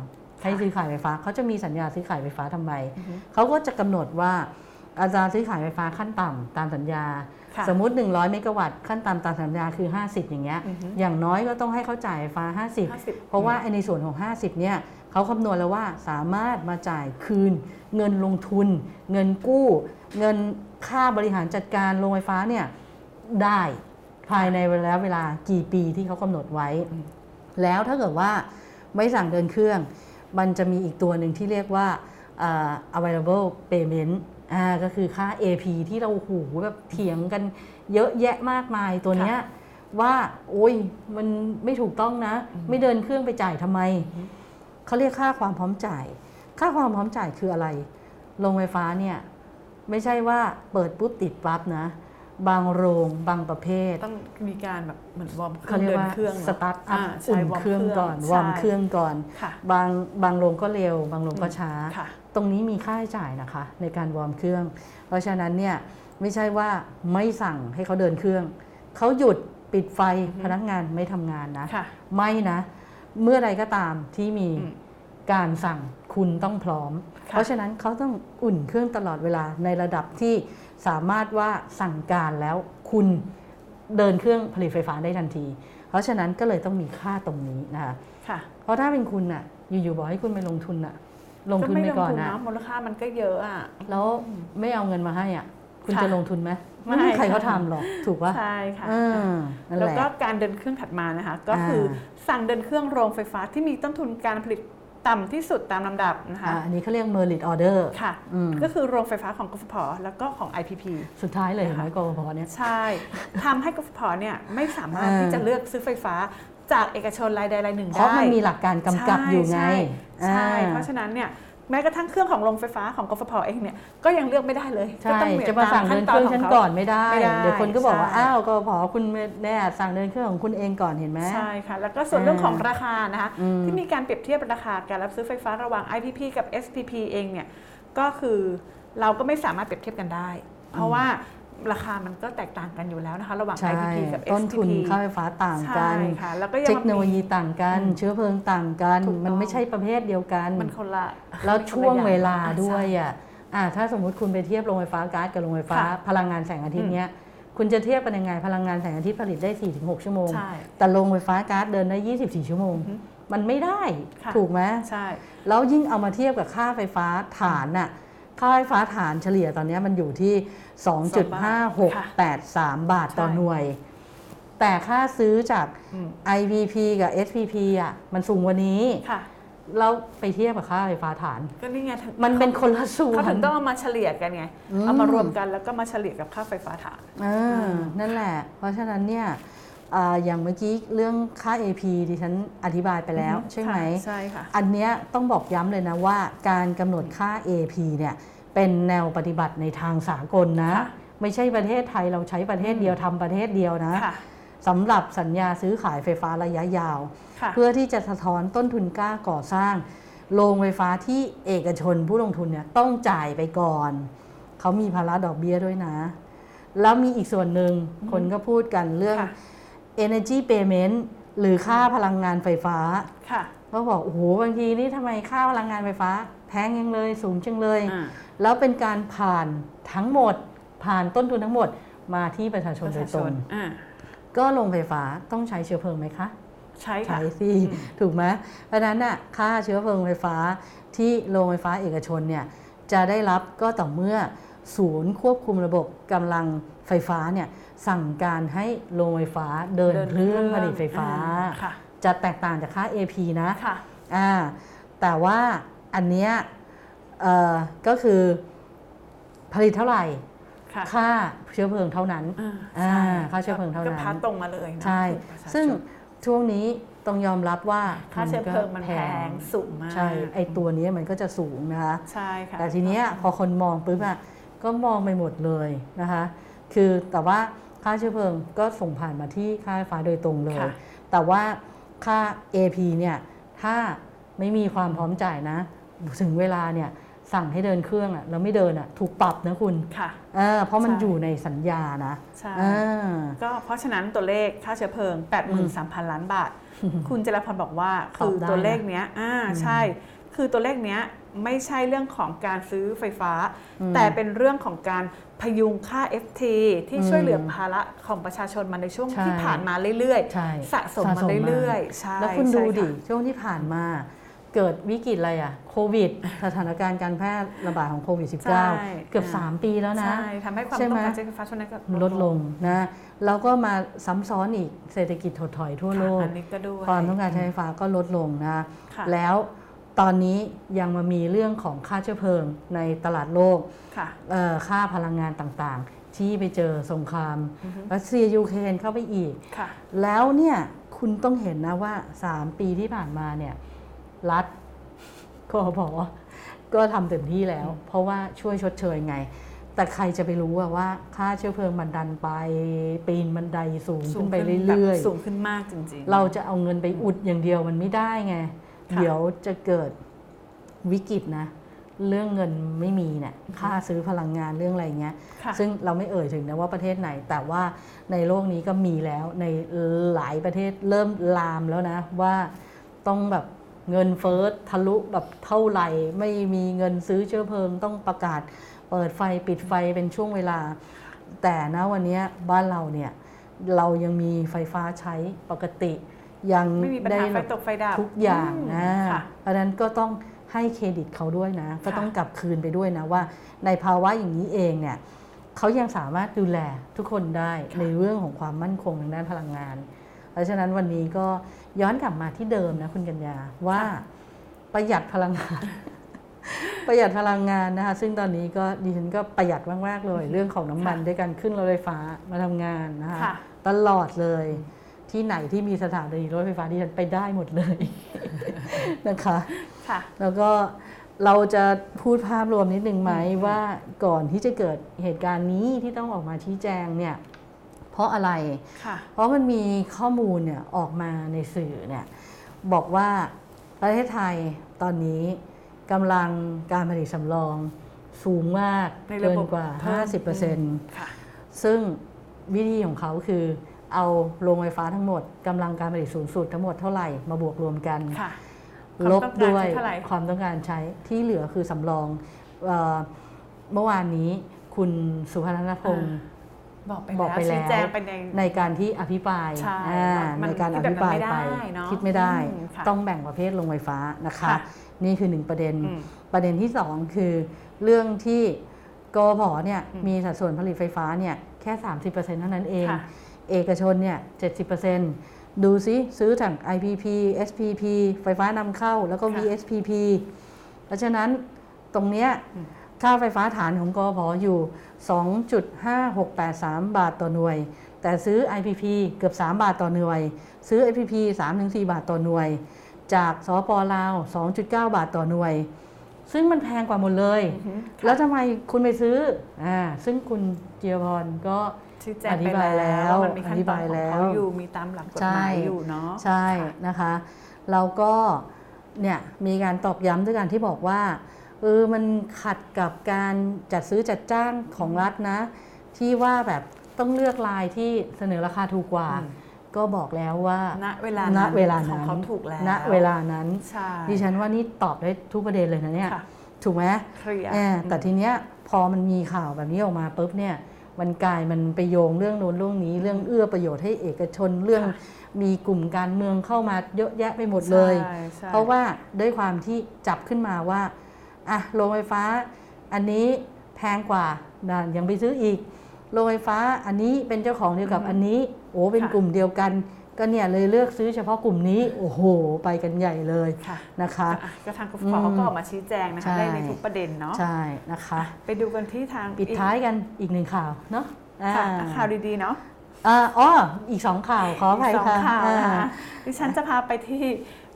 Speaker 7: ให้ซื้อขายไฟฟ้าเขาจะมีสัญญาซื้อขายไฟฟ้าทำไมเขาก็จะกำหนดว่าอัตราซื้อขายไฟฟ้าขั้นต่ำตามสัญญา
Speaker 8: ค่ะ
Speaker 7: สมมุติ 100 เมกะวัตต์ขั้นต่ำตามสัญญาคือ 50 อย่างเงี้ย
Speaker 8: อือฮึ
Speaker 7: อย่างน้อยก็ต้องให้เขาจ่ายไฟฟ้า 50
Speaker 8: 50
Speaker 7: เพราะว่าไอ้ในส่วนของ 50เนี่ยเขาคำนวณแล้วว่าสามารถมาจ่ายคืน เงินลงทุน เงินกู้ เงินค่าบริหารจัดการโรงไฟฟ้าเนี่ย ได้ภายในระยะเวลากี่ปีที่เขากำหนดไว้ แล้วถ้าเกิดว่าไม่สั่งเดินเครื่อง มันจะมีอีกตัวหนึ่งที่เรียกว่าเอ่อ available payment อ่าก็คือค่า AP ที่เราหูแบบเถียงกันเยอะแยะมากมายตัวเนี้ยว่า โอ้ยมันไม่ถูกต้องนะ ไม่เดินเครื่องไปจ่ายทำไม เขาเรียกค่าความพร้อมจ่าย ค่าความพร้อมจ่ายคืออะไร โรงไฟฟ้าเนี่ย ไม่ใช่ว่าเปิดปุ๊บติดปั๊บนะ บางโรงบางประเภท
Speaker 8: ต้องมีการแบบเหมือนวอร์มเครื่
Speaker 7: เขา
Speaker 8: อง
Speaker 7: เรียก
Speaker 8: เดิน
Speaker 7: ว่า
Speaker 8: เครื่อง
Speaker 7: สตาร์ทอั
Speaker 8: า
Speaker 7: พ
Speaker 8: ใช่
Speaker 7: อุ่นเครื่องก่อน วอร์มเครื่อง
Speaker 8: ใช่
Speaker 7: ก่อน
Speaker 8: ค่ะ
Speaker 7: บางบางโรงก็เร็ว บางโรงก็ช้า
Speaker 8: ค่ะ
Speaker 7: ตรงนี้มีค่าใช้จ่ายนะคะ ในการวอร์มเครื่อง เพราะฉะนั้นเนี่ยไม่ใช่ว่าไม่สั่งให้เขาเดินเครื่อง เขาหยุดปิดไฟพนักงานไม่ทำงานนะ
Speaker 8: ค่ะ
Speaker 7: ไม่นะ เมื่อใดก็ตามที่มี
Speaker 8: อืม
Speaker 7: การสั่งคุณต้องพร้อม
Speaker 8: ค่ะ
Speaker 7: เพราะฉะนั้นเขาต้องอุ่นเครื่องตลอดเวลาในระดับที่สามารถว่าสั่งการแล้วคุณเดินเครื่องผลิตไฟฟ้าได้ทันที เพราะฉะนั้นก็เลยต้องมีค่าตรงนี้นะคะ
Speaker 8: ค่ะ
Speaker 7: เพราะถ้าเป็นคุณน่ะอยู่ๆบอกให้คุณไปลงทุนน่ะลงทุนไปก่อน
Speaker 8: ก็ม่ลงทุ
Speaker 7: น่ะ
Speaker 8: เามูลค่ามันก็เยอะอ่ะ
Speaker 7: แล้วไม่เอาเงินมาให้อ่ะคุณ
Speaker 8: ค่ะ
Speaker 7: จะลงทุนไหม
Speaker 8: ไม่
Speaker 7: ไม่มีใครเขาทำหรอกถูกปะ
Speaker 8: ใช่ค่ะ
Speaker 7: เออนั่นหะ
Speaker 8: แล้วก็การเดินเครื่องถัดมานะคะก็
Speaker 7: อ่า
Speaker 8: คือสั่งเดินเครื่องโรงไฟฟ้าที่มีต้นทุนการผลิตต่ำที่สุดตามลำดับนะคะ
Speaker 7: อ่ะอันนี้เขาเรียก merit order
Speaker 8: ค่ะ
Speaker 7: อืม
Speaker 8: ก็คือโรงไฟฟ้าของกฟผแล้วก็ของ IPP
Speaker 7: สุดท้ายเลยเห็นไหมกรพเนี่ย
Speaker 8: ใช่ ทำให้กฟผเนี่ยไม่สามารถ
Speaker 7: อ่า
Speaker 8: ที่จะเลือกซื้อไฟฟ้าจากเอกชนรายใดรายหนึ่ง
Speaker 7: เพ
Speaker 8: ได้
Speaker 7: ราะมันมีหลักการกำกับอยู่ไง
Speaker 8: ใช่ใช่ใช่
Speaker 7: อ่
Speaker 8: เพราะฉะนั้นเนี่ยแม้กระทั่งเครื่องของโรงไฟฟ้าของกฟผเองเนี่ยก็ยังเลือกไม่ได้เลย
Speaker 7: ใช่
Speaker 8: ก็ต้องเหมือน
Speaker 7: จะมาสั่ง
Speaker 8: ต
Speaker 7: เดินเครื่องฉันก่อนไม่ได้
Speaker 8: ไม่ได้
Speaker 7: เดี๋ยวคนก็บอกว่า
Speaker 8: ใช่
Speaker 7: อ้าวกพคุณเนี่ยสั่งเดินเครื่องของคุณเองก่อนเห็นไหม
Speaker 8: ใช่ค่ะแล้วก็ส่วนเรื่องของ
Speaker 7: อ่า
Speaker 8: ราคานะคะ
Speaker 7: อืม
Speaker 8: ที่มีการเปรียบเทียบราคาการรับซื้อไฟฟ้าระหว่าง IPP กับ SPP เองเนี่ยก็คือเราก็ไม่สามารถเปรียบเทียบกันได้ เพราะว่า ราคามันก็แตกต่างกันอยู่แล้วนะคะ ระหว่าง
Speaker 7: ใช่
Speaker 8: IPP กับ
Speaker 7: ต้นทุน
Speaker 8: SPP
Speaker 7: ค่าไฟฟ้าต่างกัน
Speaker 8: ใช่ค่ะแล้วก็ยัง
Speaker 7: เทคโนโลยีต่างกัน
Speaker 8: อืม
Speaker 7: เชื้อเพลิงต่างกัน
Speaker 8: ถูกต้อง
Speaker 7: มันไม่ใช่ประเภทเดียวกัน
Speaker 8: มันคนละ
Speaker 7: แล้วช่วงเวลาด้วย
Speaker 8: ใช่
Speaker 7: อ่ะอ่ะถ้าสมมุติคุณไปเทียบโรงไฟฟ้าก๊าซกับโรงไฟฟ้า
Speaker 8: ค่ะ
Speaker 7: พลังงานแสงอาทิตย์เนี้ยคุณจะเทียบกันยังไงพลังงานแสงอาทิตย์ผลิตได้ 4-6 ชั่วโมง
Speaker 8: ใช่
Speaker 7: แต่โรงไฟฟ้าก๊าซเดินได้ 24 ชั่วโมง
Speaker 8: อือฮึ
Speaker 7: มันไม่ได้
Speaker 8: ค่ะ
Speaker 7: ถูกไหม
Speaker 8: ใช่
Speaker 7: แล้วยิ่งเอามาเทียบกับค่าไฟฟ้าฐานน่ะค่าไฟฟ้าฐานเฉลี่ยตอนเนี้ยมันอยู่ที่ 2.5683 บาทต่อ
Speaker 8: ใช่
Speaker 7: หน่วย แต่ค่าซื้อจาก
Speaker 8: อืม
Speaker 7: IVP กับ SPP อ่ะมันสูงกว่านี้
Speaker 8: ค่ะ
Speaker 7: เราไปเทียบกับค่าไฟฟ้าฐาน
Speaker 8: ก็นี่ไงถึง
Speaker 7: มันเป็นคนละส่ว
Speaker 8: เขา
Speaker 7: น
Speaker 8: ถึงต้องเอามาเฉลี่ยกันไง
Speaker 7: อืม
Speaker 8: เอามารวมกันแล้วก็มาเฉลี่ยกับค่าไฟฟ้าฐาน
Speaker 7: เออนั่นแหละ เพราะฉะนั้นเนี่ยอ่าอย่างเมื่อกี้เรื่องค่า AP ดิฉันอธิบายไปแล้ว
Speaker 8: อือฮึ
Speaker 7: ใช่ไหม
Speaker 8: ค่ะใช่ค่ะ
Speaker 7: อันเนี้ยต้องบอกย้ำเลยนะว่าการกำหนดค่า AP เนี่ยเป็นแนวปฏิบัติในทางสากลนะ
Speaker 8: ค่ะ
Speaker 7: ไม่ใช่ประเทศไทยเราใช้ประเทศเดียวทำประเทศเดียวนะ
Speaker 8: ค่ะ
Speaker 7: สำหรับสัญญาซื้อขายไฟฟ้าระยะยาว
Speaker 8: ค่ะ
Speaker 7: เพื่อที่จะสะท้อนต้นทุนกล้าก่อสร้าง โรงไฟฟ้าที่เอกชนผู้ลงทุนเนี่ยต้องจ่ายไปก่อน เขามีภาระดอกเบี้ยด้วยนะ แล้วมีอีกส่วนหนึ่งคนก็พูดกันเรื่อง
Speaker 8: ค่ะ
Speaker 7: energy payment หรือค่าพลังงานไฟฟ้า
Speaker 8: ค่ะ
Speaker 7: ก็บอกโอ้โหบางทีนี่ทำไมค่าพลังงานไฟฟ้า แพงยังเลยสูงจังเลย
Speaker 8: อ่า
Speaker 7: แล้วเป็นการผ่านทั้งหมด ผ่านต้นทุนทั้งหมดมาที่ประชาชนโดยตรง
Speaker 8: อ่า
Speaker 7: ก็โรงไฟฟ้าต้องใช้เชื้อเพลิงไหมคะ
Speaker 8: ใช่ค่ะ
Speaker 7: ใช้สิถูกไหมเพราะฉะนั้นน่ะค่าเชื้อเพลิงไฟฟ้าที่โรงไฟฟ้าเอกชนเนี่ยจะได้รับก็ต่อเมื่อศูนย์ควบคุมระบบกำลังไฟฟ้าเนี่ยสั่งการให้โรงไฟฟ้าเดิน
Speaker 8: เดิน
Speaker 7: เครื่องผลิตไฟฟ้า
Speaker 8: อ่าค่ะ
Speaker 7: จะแตกต่างจากค่า AP นะ
Speaker 8: ค่ะ
Speaker 7: อ่าแต่ว่าอันเนี้ยเอ่อก็คือผลิตเท่าไหร่
Speaker 8: ค่ะ
Speaker 7: ค่าเชื้อเพลิงเท่านั้น
Speaker 8: อ่า
Speaker 7: อ่า
Speaker 8: ใช่
Speaker 7: ค่าเชื้อเพลิงเท่า
Speaker 8: ก็
Speaker 7: นั้น
Speaker 8: พาตรงมาเลยนะ
Speaker 7: ใช่
Speaker 8: ถึประชาชน
Speaker 7: ซึ่งช่วงนี้ต้องยอมรับว่า
Speaker 8: ค่าเชื้อเพลิงมันแพงสูงมาก
Speaker 7: ใช่ ไอตัวนี้มันก็จะสูงนะคะ
Speaker 8: ใช่ค่ะ
Speaker 7: แต่ทีเนี้ยพอคนมองปุ๊บอะก็มองไปหมดเลยนะคะ คือแต่ว่าค่าเชื้อเพลิงก็ส่งผ่านมาที่ค่าไฟฟ้าโดยตรงเลย
Speaker 8: ค่ะ
Speaker 7: แต่ว่าค่า AP เนี่ยถ้าไม่มีความพร้อมจ่ายนะ ถึงเวลาเนี่ยสั่งให้เดินเครื่องอะแล้วไม่เดินอะถูกปรับนะคุณ
Speaker 8: ค่ะ
Speaker 7: เออเพราะมัน
Speaker 8: ใช่
Speaker 7: อยู่ในสัญญานะ
Speaker 8: ใช่
Speaker 7: เออ
Speaker 8: ก็เพราะฉะนั้นตัวเลขค่าเชื้อเพลิง 83,000 ล้านบาท คุณจรพรบอกว่า
Speaker 7: ตอบ
Speaker 8: คือ
Speaker 7: ได้
Speaker 8: ตัวเลขเนี้ยอ่าใช่ คือตัวเลขเนี้ยไม่ใช่เรื่องของการซื้อไฟฟ้า แต่เป็นเรื่องของการพยุงค่า FT ที่ช่วยเหลือภาระของประชาชนมาในช่วง
Speaker 7: ใช่
Speaker 8: ที่ผ่านมาเรื่อย
Speaker 7: ใช่
Speaker 8: สะสมมาเรื่อยๆใช่
Speaker 7: แล้วคุณดู
Speaker 8: ใช่ะ
Speaker 7: ดิ ช่วงที่ผ่านมา เกิดวิกฤตอะไรอ่ะ โควิด สถานการณ์การแพร่ระบาดของโควิด
Speaker 8: ใช่
Speaker 7: -19 เกือบ 3 ปีแล้วนะ
Speaker 8: ใช่ทำให้ความ
Speaker 7: ใช่
Speaker 8: ต้อง
Speaker 7: ไหม
Speaker 8: การใช้ไฟฟ้าช่วงนั้นก็
Speaker 7: ลดลงนะแล้วก็มาซ้ำซ้อนอีกเศรษฐกิจถดถอยทั่วโลก
Speaker 8: อันนี้ก็ด้วย
Speaker 7: ความต้องการใช้ไฟฟ้าก็ลดลงนะ
Speaker 8: ค่ะ
Speaker 7: แล้วตอนนี้ยังมามีเรื่องของค่าเชื้อเพลิงในตลาดโลก
Speaker 8: ค่ะ
Speaker 7: เอ่อค่าพลังงานต่างๆ ที่ไปเจอสงครามรัสเซียยูเครนเข้าไปอีก
Speaker 8: ค่ะ
Speaker 7: แล้วเนี่ยคุณต้องเห็นนะว่า 3 ปีที่ผ่านมาเนี่ยรัฐกพก็ทำเต็มที่แล้ว เพราะว่าช่วยชดเชยไง แต่ใครจะไปรู้อะว่าค่าเชื้อเพลิงมันดันไป ปีนบันไดสูงขึ้นไป
Speaker 8: แบ
Speaker 7: เรื่อย
Speaker 8: บสูงขึ้นมากจริง
Speaker 7: ๆ เราจะเอาเงินไปอุดอย่างเดียวมันไม่ได้ไง
Speaker 8: ค่ะ
Speaker 7: เดี๋ยวจะเกิดวิกฤตนะ เรื่องเงินไม่มีเนี่ยค่าซื้อพลังงานเรื่องอะไรเงี้ย
Speaker 8: ค่ะ
Speaker 7: ซึ่งเราไม่เอ่ยถึงนะว่าประเทศไหน แต่ว่าในโลกนี้ก็มีแล้วในหลายประเทศเริ่มลามแล้วนะ ว่าต้องแบบเงินเฟ้อทะลุแบบเท่าไหร่ ไม่มีเงินซื้อเชื้อเพลิง ต้องประกาศเปิดไฟปิดไฟเป็นช่วงเวลา แต่นะวันเนี้ยบ้านเราเนี่ย เรายังมีไฟฟ้าใช้ปกติ ยัง
Speaker 8: ไม่มีปัญหาไฟตกไฟดับ
Speaker 7: ทุกอย่างนะ
Speaker 8: อืมค่ะ
Speaker 7: เพราะฉะนั้นก็ต้องให้เครดิตเขาด้วยนะ ก็ต้องกลับคืนไปด้วยนะว่า ในภาวะอย่างนี้เองเนี่ยเขายังสามารถดูแลทุกคนได้ในเรื่องของความมั่นคงทางด้านพลังงาน เพราะฉะนั้นวันนี้ก็ย้อนกลับมาที่เดิมนะคุณกัญญาว่าประหยัดพลังงาน ประหยัดพลังงานนะคะ ซึ่งตอนนี้ก็ดิฉันก็ประหยัดมากๆเลย เรื่องของน้ำมัน
Speaker 8: ค่ะ
Speaker 7: ด้วยการขึ้นรถไฟฟ้ามาทำงานนะคะ
Speaker 8: ค่ะ
Speaker 7: ตลอดเลย ที่ไหนที่มีสถานีรถไฟฟ้าดิฉันไปได้หมดเลย นะคะ
Speaker 8: ค่ะ
Speaker 7: แล้วก็เราจะพูดภาพรวมนิดนึงไหมว่าก่อนที่จะเกิดเหตุการณ์นี้ที่ต้องออกมาชี้แจงเนี่ยเพราะอะไร
Speaker 8: ค่ะ
Speaker 7: เพราะมันมีข้อมูลเนี่ยออกมาในสื่อเนี่ยบอกว่าประเทศไทยตอนนี้กำลังการผลิตสำรองสูงมาก
Speaker 8: ใน
Speaker 7: เกิ
Speaker 8: ระ
Speaker 7: น
Speaker 8: บบ
Speaker 7: กว่า
Speaker 8: เพิ่ม
Speaker 7: 50%
Speaker 8: ค่ะ
Speaker 7: ซึ่งวิธีของเขาคือเอาโรงไฟฟ้าทั้งหมดกำลังการผลิตสูงสุดทั้งหมดเท่าไหร่มาบวกรวมกัน
Speaker 8: ค่ะ
Speaker 7: ลบด้วย
Speaker 8: ความต้องการใช้เท่าไหร่
Speaker 7: ความต้องการใช้ที่เหลือคือสำรองเอ่อเมื่อวานนี้คุณสุพรรณพงศ์
Speaker 8: บอกไป
Speaker 7: บอก
Speaker 8: แล้ว
Speaker 7: ไปแล้ว
Speaker 8: ชี้แจงไปใน
Speaker 7: ในการที่อภิปราย
Speaker 8: ใช่
Speaker 7: อ่า
Speaker 8: มัน
Speaker 7: ในการอภิปรายไป
Speaker 8: คิดแบบนั้นไม่ได้เนอะ
Speaker 7: คิดไม่ได้
Speaker 8: อืมค่ะ
Speaker 7: ต้องแบ่งประเภทลงไฟฟ้านะคะ
Speaker 8: ค่ะ
Speaker 7: นี่คือหนึ่งประเด็น
Speaker 8: อืม
Speaker 7: ประเด็นที่สองคือ เรื่องที่กพเนี่ย
Speaker 8: อืม
Speaker 7: มีสัดส่วนผลิตไฟฟ้าเนี่ยแค่ 30%เท่านั้นเอง
Speaker 8: ค่ะ
Speaker 7: เอกชนเนี่ย70%ดูซิซื้อจาก IPP SPP ไฟฟ้านำเข้าแล้วก็
Speaker 8: ค่ะ
Speaker 7: VSPP เพราะฉะนั้นตรงเนี้ยค่าไฟฟ้าฐานของกอพออยู่ 2.5683 บาทต่อหน่วย แต่ซื้อ IPP เกือบ 3 บาทต่อหน่วย ซื้อ IPP 3-4 บาทต่อหน่วย จากสปลาว 2.9 บาทต่อหน่วย ซึ่งมันแพงกว่าหมดเลย
Speaker 8: อือฮึค่ะ
Speaker 7: แล้วทำไมคุณไปซื้ออ่าซึ่งคุณเจียพรก็
Speaker 8: ชี้แจง
Speaker 7: อธิ
Speaker 8: ไป
Speaker 7: บายแล้
Speaker 8: แล้
Speaker 7: ว
Speaker 8: วว่ามันมีขั้นตอน
Speaker 7: อธิบาย
Speaker 8: ข
Speaker 7: แล้
Speaker 8: อ
Speaker 7: ว
Speaker 8: งเขาอยู่มีตามหลักกฎหมายอยู่เนาะ
Speaker 7: ใช่นะคะแล้วก็เนี่ยมีการตอบย้ำด้วยการที่บอกว่าเออมันขัดกับการจัดซื้อจัดจ้างของรัฐนะ ที่ว่าแบบต้องเลือกลายที่เสนอราคาถูกกว่า
Speaker 8: อืม
Speaker 7: ก็บอกแล้วว่า
Speaker 8: ณเวลานั้น
Speaker 7: ณเวลานั้น
Speaker 8: ของเขาถูกแล้ว
Speaker 7: ณเวลานั้น
Speaker 8: ใช่
Speaker 7: ดิฉันว่านี่ตอบได้ทุกประเด็นเลยนะเนี่ย
Speaker 8: ค่ะ
Speaker 7: ถูกไหม
Speaker 8: เคลียร์
Speaker 7: เออแต่ทีเนี้ยพอมันมีข่าวแบบนี้ออกมาปุ๊บเนี่ยมันกลายมันไปโยงเรื่องโน้นเรื่องนี้ เรื่องเอื้อประโยชน์ให้เอกชนเรื่องมีกลุ่มการเมืองเข้ามาเยอะแยะไปหมดเลย
Speaker 8: ใช่ใช่
Speaker 7: เพราะว่าด้วยความที่จับขึ้นมาว่าอ่ะโรงไฟฟ้า อันนี้แพงกว่านะยังไปซื้ออีกโรงไฟฟ้าอันนี้เป็นเจ้าของเดียวกับอันนี้ โอ้เป็นกลุ่มเดียวกัน ก็เนี่ยเลยเลือกซื้อเฉพาะกลุ่มนี้โอ้โห ไปกันใหญ่เลย
Speaker 8: ค่ะ
Speaker 7: นะคะ
Speaker 8: อ่ะก็ทางกฟผเขาก็ออกมาชี้แจงนะ
Speaker 7: ใช่
Speaker 8: คะได้ในทุกประเด็นเนาะ
Speaker 7: ใช่นะคะ
Speaker 8: ไปดูกันที่ทาง
Speaker 7: ปิดท้ายกันอีกหนึ่งข่าวเนาะ
Speaker 8: อีกค่ะ
Speaker 7: อ่
Speaker 8: ข่าวดีๆเนาะ
Speaker 7: อ่าอ๋อ อีกสองข่าวขออภัย
Speaker 8: สอง
Speaker 7: ค่ะ
Speaker 8: ข่าวนะ
Speaker 7: อ่า
Speaker 8: คะดิฉันจะพาไปที่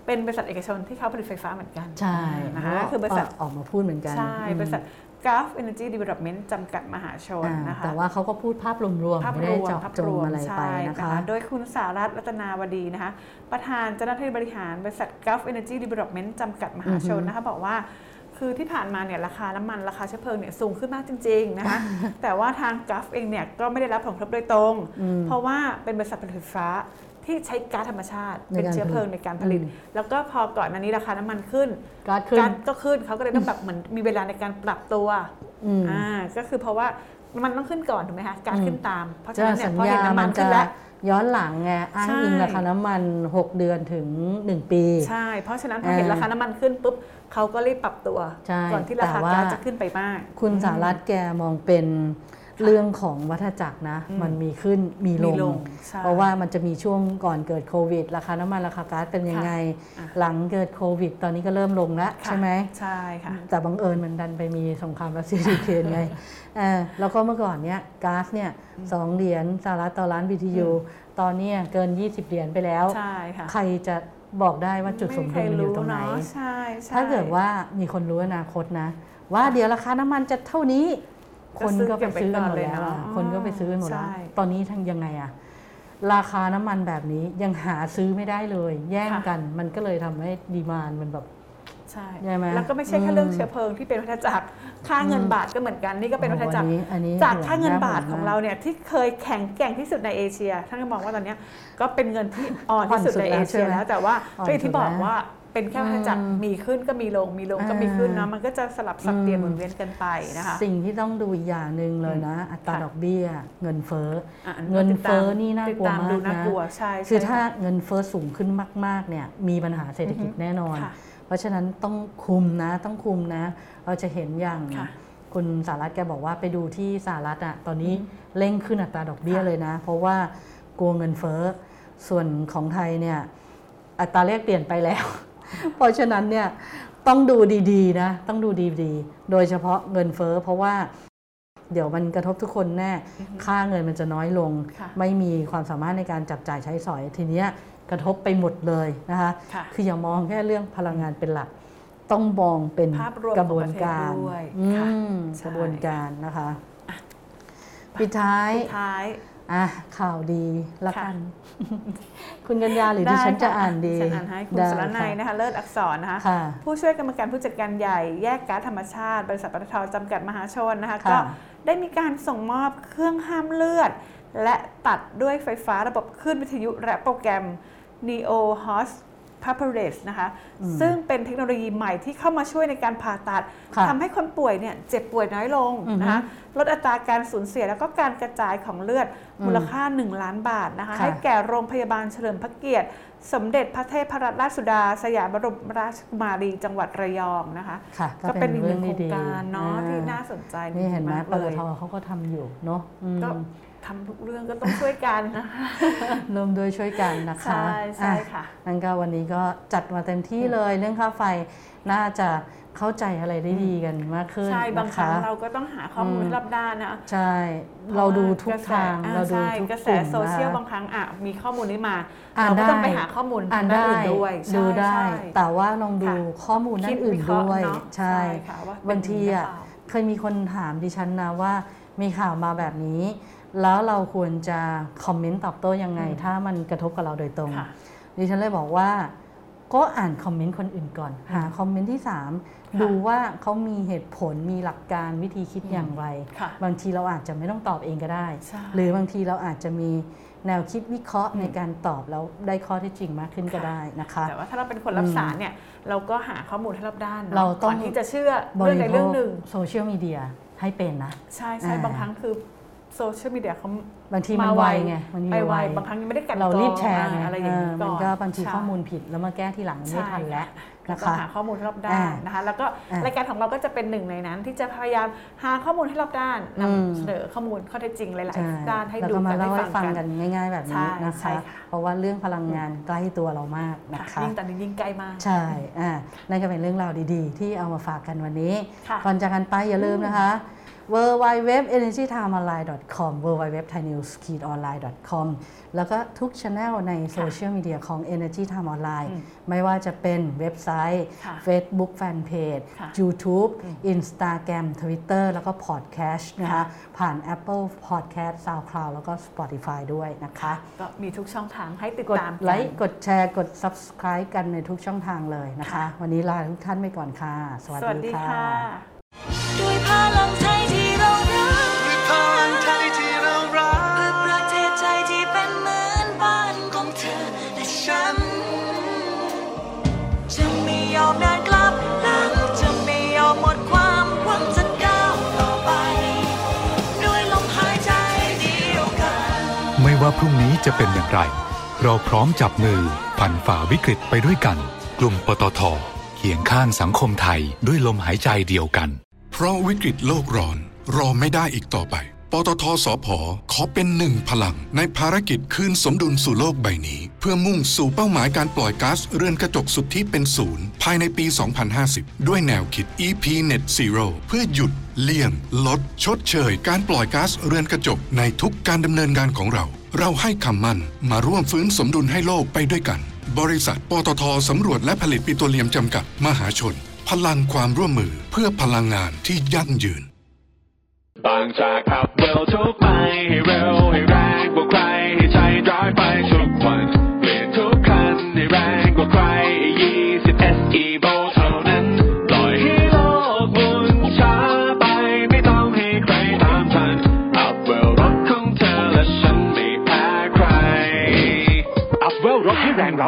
Speaker 8: เป็นบริษัทเอกชนที่เขาผลิตไฟฟ้าเหมือนกัน
Speaker 7: ใช่
Speaker 8: นะคะ
Speaker 7: ก็
Speaker 8: คือบริษัท
Speaker 7: ออกมาพูดเหมือนกัน
Speaker 8: ใช่
Speaker 7: อืม
Speaker 8: บริษัท g u l f Energy Development จำกัดมหาชน
Speaker 7: อ่า
Speaker 8: นะคะ
Speaker 7: แต่ว่าเขาก็พูดภาพรวม
Speaker 8: ภา
Speaker 7: ๆ
Speaker 8: พ
Speaker 7: ไม่
Speaker 8: ร
Speaker 7: ได้
Speaker 8: วม
Speaker 7: เจาะ
Speaker 8: ภาพ
Speaker 7: จ
Speaker 8: รง วม
Speaker 7: อะไรไป
Speaker 8: ใช่
Speaker 7: นะคะ
Speaker 8: โดยคุณสารัตน์รัตนาวดีนะคะ ประธานเจ้าหน้าที่บริหารบริษัท g u l f Energy Development จำกัดมหาชนนะคะบอกว่า คือที่ผ่านมาเนี่ยราคาน้ำมันราคาเชื้อเพลิงเนี่ยสูงขึ้นมากจริงๆ นะคะ แต่ว่าทางกราฟเองเนี่ยก็ไม่ได้รับผลกระทบโดยตรง เพราะว่าเป็นบริษัทผลิตไฟฟ้าที่ใช้ก๊าซธรรมชาติ
Speaker 7: ใน
Speaker 8: เป็น
Speaker 7: การ
Speaker 8: เชื้อเพลิง
Speaker 7: ผลิต
Speaker 8: ในการผลิต
Speaker 7: อืม
Speaker 8: แล้วก็พอก่อนหนันนี้ราคาน้ำมันขึ้น
Speaker 7: ก๊าซขึ้น
Speaker 8: การก็ขึ้นเขาก็เลยต้องแบบเหมือนมีเวลาในการปรับตัว
Speaker 7: อืม
Speaker 8: อ่าก็คือเพราะว่ามันต้องขึ้นก่อนถูกไหมคะการขึ้นตาม เพราะฉะ
Speaker 7: จะ
Speaker 8: นั้นเนี่ย
Speaker 7: สัญ
Speaker 8: พอเห็
Speaker 7: ญาน
Speaker 8: น้ำมั
Speaker 7: มัน น
Speaker 8: ขึ้
Speaker 7: จะ
Speaker 8: นแล้ว
Speaker 7: ย้อนหลังไงอ้างอิง
Speaker 8: ใช่
Speaker 7: ราคาน้ำมัน 6 เดือนถึง 1 ปี
Speaker 8: ใช่ เพราะฉะนั้นพอเห็น
Speaker 7: อ่า
Speaker 8: ราคาน้ำมันขึ้นปุ๊บเขาก็รีบปรับตัว
Speaker 7: ใช่
Speaker 8: ก่อนที่ราคา
Speaker 7: แต่ว่า
Speaker 8: ก๊าซจะขึ้นไปมาก
Speaker 7: คุณสารัตน์แกมองเป็นเรื่องของวัฏจักรนะ มันมีขึ้นมีล
Speaker 8: มี
Speaker 7: ง
Speaker 8: ลงใช่
Speaker 7: เพราะว่ามันจะมีช่วงก่อนเกิดโควิด ราคาน้ำมันราคาก๊าซเป็นยังไง
Speaker 8: ค่ะอ่ะ
Speaker 7: หลังเกิดโควิด ตอนนี้ก็เริ่มลงแล้ว
Speaker 8: ค่ะ
Speaker 7: ใช่ไหม
Speaker 8: ใช่ค่ะ
Speaker 7: แต่บังเอิญมันดันไปมีสงครามรัสเซียยูเครนไง เออแล้วก็เมื่อก่อนเนี้ยก๊าซเนี่ยสองเหรียญสหรัฐต่อล้าน BTU ตอนเนี้ยเกิน 20 เหรียญไปแล้ว
Speaker 8: ใช่ค่ะ
Speaker 7: ใครจะบอกได้ว่าจุดสมดุลมันอยู่ตรงไหน
Speaker 8: ม่มีใครู้เอะใช่ใช่
Speaker 7: ถ้าเกิดว่ามีคนรู้อนาคตนะ ว่าเดี๋ยวราคาน้ำมันจะเท่านี้ค
Speaker 8: ก็
Speaker 7: น
Speaker 8: ซื้อ
Speaker 7: ก็ไปซื้อกันหมด
Speaker 8: เก็บไว้
Speaker 7: แล้
Speaker 8: ก่อนเลย
Speaker 7: วอะ
Speaker 8: เนอะ
Speaker 7: คนก็ไปซื้อกันหมดแล้ว
Speaker 8: ใช่
Speaker 7: ตอนนี้ทางยังไงอะราคาน้ำมันแบบนี้ยังหาซื้อไม่ได้เลย แย่ง
Speaker 8: ค่ะ
Speaker 7: กันมันก็เลยทำให้ดีมานมันแบบ
Speaker 8: ใช่
Speaker 7: ใช่ไหม
Speaker 8: แล้วก็ไม่ใช่แค่เรื่องเชื้อเพลิงที่เป็นวัฏจักรค่าเงินบาทก็เหมือนกันนี่ก็เป็นวัฏจักร
Speaker 7: โอ้โหอันนี้อันนี้
Speaker 8: จากค่าเงินบาท
Speaker 7: น่าห่วงมาก
Speaker 8: ของเราเนี่ยที่เคยแข็งแกร่งที่สุดในเอเชียท่านก็มองว่าตอนเนี้ยก็เป็นเงินที่อ่อนที่สุดในเอเชีย
Speaker 7: อ่อนสุดแล้ว
Speaker 8: แล้วแต่ว่า
Speaker 7: อ่อน
Speaker 8: ก็อย่าง
Speaker 7: สุ
Speaker 8: ที่
Speaker 7: ด
Speaker 8: บ
Speaker 7: แล้
Speaker 8: อ
Speaker 7: ว
Speaker 8: กว่าเป็นแค่วัฏจักรมีขึ้นก็มีลงมีลงก็มีขึ้นเนาะมันก็จะสลับสับเปลี่ยน
Speaker 7: อืม
Speaker 8: หมุนเวียนกันไปนะคะ
Speaker 7: สิ่งที่ต้องดูอีกอย่างหนึ่งเลยนะ อัตรา
Speaker 8: ค่ะ
Speaker 7: ดอกเบี้ย เงินเฟ้ออะ
Speaker 8: อันนี้
Speaker 7: เงินเฟ้อ
Speaker 8: ติดตาม
Speaker 7: นี่น่ากลัว
Speaker 8: ติดตาม
Speaker 7: มา
Speaker 8: ดู
Speaker 7: ก
Speaker 8: น่า
Speaker 7: นะ
Speaker 8: กลัวใช่ใช่
Speaker 7: คือถ้าเงินเฟ้อสูงขึ้นมากๆเนี่ยมีปัญหาเศรษฐกิจแน่นอน
Speaker 8: ค่ะ
Speaker 7: เพราะฉะนั้นต้องคุมนะต้องคุมนะ เราจะเห็นอย่าง
Speaker 8: ค่ะ
Speaker 7: คุณสารัฐแกบอกว่าไปดูที่สหรัฐอ่ะตอนนี้เร่งขึ้นอัตราดอกเบี้ยเลยนะ เพราะว่ากลัวเงินเฟ้อส่วนของไทยเนี่ย อัตราแลกเปลี่ยนไปแล้ว เพราะฉะนั้นเนี่ยต้องดูดีๆนะต้องดูดีๆ โดยเฉพาะเงินเฟ้อเพราะว่าเดี๋ยวมันกระทบทุกคนแน่ ค่าเงินมันจะน้อยลง
Speaker 8: ค่ะ
Speaker 7: ไม่มีความสามารถในการจับจ่ายใช้สอย ทีเนี้ยกระทบไปหมดเลยนะคะ
Speaker 8: ค่ะ
Speaker 7: ออย่ามองแค่เรื่องพลังงานเป็นหลัก ต้องมองเป็น
Speaker 8: ภาพรวม
Speaker 7: กระบวน
Speaker 8: ข
Speaker 7: กา
Speaker 8: อ
Speaker 7: ร
Speaker 8: งประเทศด้วย
Speaker 7: อื
Speaker 8: ค่ะ
Speaker 7: มก
Speaker 8: ใช่
Speaker 7: ระบวนการนะคะปิดท้าย
Speaker 8: ท้าย
Speaker 7: อ่ะข่าวดีละ
Speaker 8: ค่ะ
Speaker 7: กัน คุณกัญญาหรือดิฉันจะอ่านดี
Speaker 8: ฉันอ่านให้คุณ
Speaker 7: ได้
Speaker 8: สรนัยนะคะ เลิศอักษรนะคะ
Speaker 7: ค่ะ
Speaker 8: ผู้ช่วยกรรมการผู้จัดการใหญ่แยกก๊าซธรรมชาติ บริษัทปตทจำกัดมหาชนนะคะ
Speaker 7: ค่ะ
Speaker 8: ก็ได้มีการส่งมอบเครื่องห้ามเลือด และตัดด้วยไฟฟ้าระบบคลื่นวิทยุและโปรแกรม Neo Host p a p r a t e นะคะ
Speaker 7: อืม
Speaker 8: ซึ่งเป็นเทคโนโลยีใหม่ที่เข้ามาช่วยในการผ่าตัด
Speaker 7: ค่ะ
Speaker 8: ทำให้คนป่วยเนี่ยเจ็บป่วยน้อยลง
Speaker 7: อือฮึ
Speaker 8: นะคะลดอัตราการสูญเสียแล้วก็การกระจายของเลือด
Speaker 7: อืม
Speaker 8: มูลค่า 1 ล้านบาทนะคะ
Speaker 7: ค่ะ
Speaker 8: ให้แก่โรงพยาบาลเฉลิมพระเกียรติ สมเด็จพระเทพรัตนราชสุดา สยามบรมราชกุมารีจังหวัดระยองนะคะ
Speaker 7: ค่ะ
Speaker 8: ก็เป็นอีกหนึ่งโครง
Speaker 7: ดีๆ
Speaker 8: การเนาะ
Speaker 7: อ่
Speaker 8: ที่น่าสนใจ
Speaker 7: นี่เห็นไหม
Speaker 8: าก
Speaker 7: ป
Speaker 8: เล
Speaker 7: ต
Speaker 8: ย
Speaker 7: ทเขาก็ทำอยู่เนาะอืม
Speaker 8: ก็ทำทุกเรื่องก็ต้องช่วยกัน นะคะ
Speaker 7: ร่วมด้วยช่วยกันนะคะ
Speaker 8: ใช่ใช่ค่ะ
Speaker 7: นั่นก็วันนี้ก็จัดมาเต็มที่เลยเรื่องค่าไฟน่าจะเข้าใจอะไรได้ดีกันมากขึ้น
Speaker 8: ใช่บาง
Speaker 7: นะ
Speaker 8: ครั้ง
Speaker 7: คะ
Speaker 8: เราก็ต้องหาข้อมูล
Speaker 7: อืม
Speaker 8: ให้รอบด้านนะ
Speaker 7: ใช่ เราดูทุกทาง
Speaker 8: พะว่
Speaker 7: เรา
Speaker 8: กะแส
Speaker 7: ดูทุก
Speaker 8: อ่ใช่กระแส
Speaker 7: กลุ่ม
Speaker 8: โซเชียล
Speaker 7: นะ
Speaker 8: บางครั้งอ่ะมีข้อมูลนี้มา
Speaker 7: อ่าน
Speaker 8: เราก็ต้อง
Speaker 7: ได้
Speaker 8: ไปหาข้อมูล
Speaker 7: อ่าน
Speaker 8: ด้า
Speaker 7: ได้
Speaker 8: อื่นด้วยใช่
Speaker 7: ดูได้
Speaker 8: ใช่
Speaker 7: แต่ว่าลองดู
Speaker 8: ค่ะ
Speaker 7: ข้อมูลด้า
Speaker 8: คิ
Speaker 7: น
Speaker 8: ด
Speaker 7: อื่น
Speaker 8: วิเค
Speaker 7: ด้
Speaker 8: ราะห์
Speaker 7: วย
Speaker 8: เนอะ
Speaker 7: ใช่
Speaker 8: ใช่ค่ะว่าเป็น
Speaker 7: บางทีอ่ะ
Speaker 8: หรือเปล่า
Speaker 7: เคยมีคนถามดิฉันนะว่ามีข่าวมาแบบนี้ แล้วเราควรจะคอมเมนต์ตอบโต้ยังไง
Speaker 8: อืม
Speaker 7: ถ้ามันกระทบกับเราโดยตรง
Speaker 8: ค่ะ
Speaker 7: ดิฉันเลยบอกว่า ก็อ่านคอมเมนต์คนอื่นก่อน หาคอมเมนต์ที่ 3 ดูว่าเขามีเหตุผลมีหลักการวิธีคิด
Speaker 8: อืม
Speaker 7: อย่างไร
Speaker 8: ค่ะ
Speaker 7: บางทีเราอาจจะไม่ต้องตอบเองก็ได้
Speaker 8: ใช่
Speaker 7: หรือบางทีเราอาจจะมีแนวคิดวิเคราะห์
Speaker 8: อืม
Speaker 7: ในการตอบแล้วได้ข้อเที่จริงมากขึ้นก็ได้นะคะ
Speaker 8: แต่ว่าถ้าเราเป็นคนรับ
Speaker 7: อืม
Speaker 8: สารเนี่ยเราก็หาข้อมูลให้รอบด้านนะ
Speaker 7: เราต้อง
Speaker 8: ก่นที่จะเชื่อบ เรื่อง
Speaker 7: ริ
Speaker 8: ใด
Speaker 7: โภ
Speaker 8: เรื่อ
Speaker 7: ค
Speaker 8: งหนึ่ง
Speaker 7: โซเชียลมีเดียให้เป็นนะ
Speaker 8: ใช่ใช่
Speaker 7: อ่า
Speaker 8: บางครั้งคือโซเชียลมีเดียเขา
Speaker 7: บางทีมันไวไงมันมี
Speaker 8: ไปไวบางครั้งยังไม่ได้กลัน
Speaker 7: เรา
Speaker 8: กอง
Speaker 7: รีบแชร์ไง
Speaker 8: อ่าอะไรอย่าง
Speaker 7: เอ
Speaker 8: นี้
Speaker 7: อ
Speaker 8: ก่
Speaker 7: มัน
Speaker 8: อน
Speaker 7: ก็บางที
Speaker 8: ใช่
Speaker 7: ข้อมูลผิดแล้วมาแก้ทีหลังไม่ทันแล้วนะ
Speaker 8: ก็ต้อง
Speaker 7: คะ
Speaker 8: หาข้อมูลรอบด้าน
Speaker 7: อ่าน
Speaker 8: นะคะ แล้วก็
Speaker 7: อ่าร
Speaker 8: รายการของเราก็จะเป็นหนึ่งในนั้น ที่จะพยายามหาข้อมูลให้รอบด้าน
Speaker 7: อืม
Speaker 8: นำเสนอข้อมูลข้อเท็จจริงหลาย
Speaker 7: ใช่
Speaker 8: ๆด้านให้
Speaker 7: แล้ว
Speaker 8: ดู
Speaker 7: ก็มา
Speaker 8: กัน
Speaker 7: เล่า
Speaker 8: ให้
Speaker 7: ให้
Speaker 8: ฟั
Speaker 7: ฟั
Speaker 8: ง
Speaker 7: ง
Speaker 8: กั
Speaker 7: กัน นง่าย ๆ แบบ
Speaker 8: ใช่
Speaker 7: นี้นะ
Speaker 8: ใช่
Speaker 7: คะ
Speaker 8: ค่ะ
Speaker 7: เพราะว่าเรื่องพลังงานใกล้ตัวเรามากนะ
Speaker 8: ค่ะ
Speaker 7: คะ
Speaker 8: ยิ่งตอนนี้ยิ่งใกล้มาก
Speaker 7: ใช่อ่านั่นก็เป็นเรื่องราวดีๆ ที่เอามาฝากกันวันนี้
Speaker 8: ค่ะ
Speaker 7: ก่อนจากกันไปอย่าลืมนะคะ w w w e n e r g y t i m e o n l i n e c o m w w w t h a i n e w s o n l i n e c o m แล้วก็ทุกช anel ในโซเชียลมีเดียของ Energy Time Online
Speaker 8: อืม
Speaker 7: ไม่ว่าจะเป็นเว็บไซต์
Speaker 8: ค่ะ
Speaker 7: Facebook Fanpage
Speaker 8: ค่ะ
Speaker 7: YouTube
Speaker 8: อืม
Speaker 7: Instagram Twitter แล้วก็ Podcast นะคะ
Speaker 8: ค่ะ
Speaker 7: ผ่าน Apple Podcast SoundCloud แล้วก็ Spotify ด้วยนะคะ
Speaker 8: ก็มีทุกช่องทางให้ติด
Speaker 7: กด
Speaker 8: ตามกัน
Speaker 7: ไลค์กดแชร์กด subscribe กันในทุกช่องทางเลยนะคะ วันนี้ลาทุกท่านไปก่อนค่ะ สวัส
Speaker 8: สวัส
Speaker 7: ดี
Speaker 8: ดี
Speaker 7: ค่ะ
Speaker 8: ค่ะ
Speaker 4: ด้วยพลังใจที่เรารัก
Speaker 5: ด้วยพลังใจที่เรารั
Speaker 4: เพื่อก ประเทศใจที่เป็นเหมือนบ้านของเธอและฉัน จะไม่ยอมเดินกลับหลัง จะไม่ยอมหมดความหวังจะก้าวต่อไป ด้วยลมหายใจเดียวกัน
Speaker 6: ไม่ว่าพรุ่งนี้จะเป็นอย่างไร เราพร้อมจับมือผ่านฝ่าวิกฤตไปด้วยกัน กลุ่มปตทเคียงข้างสังคมไทยด้วยลมหายใจเดียวกัน
Speaker 1: เพราะวิกฤตโลกร้อน รอไม่ได้อีกต่อไป ปตทสพขอเป็นหนึ่งพลัง ในภารกิจคืนสมดุลสู่โลกใบนี้ เพื่อมุ่งสู่เป้าหมายการปล่อยก๊าซเรือนกระจกสุทธิเป็นศูนย์ ภายในปี 2050 ด้วยแนวคิด EP Net Zero เพื่อหยุด เลี่ยง ลด ชดเชย การปล่อยก๊าซเรือนกระจกในทุกการดำเนินงานของเรา เราให้คำมั่นมาร่วมฟื้นสมดุลให้โลกไปด้วยกัน บริษัทปตทสำรวจและผลิตปิโตรเลียมจำกัดมหาชน พลังความร่วมมือเพื่อพลังงานที่ยั่งยืน
Speaker 2: บางจากขับเวลทุกไปให้เร็วให้แรงกว่าใครให้ใช้ร้อยไปทุกวันเปลี่ยนทุกคันให้แรงกว่าใคร20 SE v o เท่านั้นปล่อยให้โลกหมุนช้าไปไม่ต้องให้ใครตามทันอัพเวลรถของเธอและฉันไม่แพ้ใคร อัพเวลรถให้แรงเร้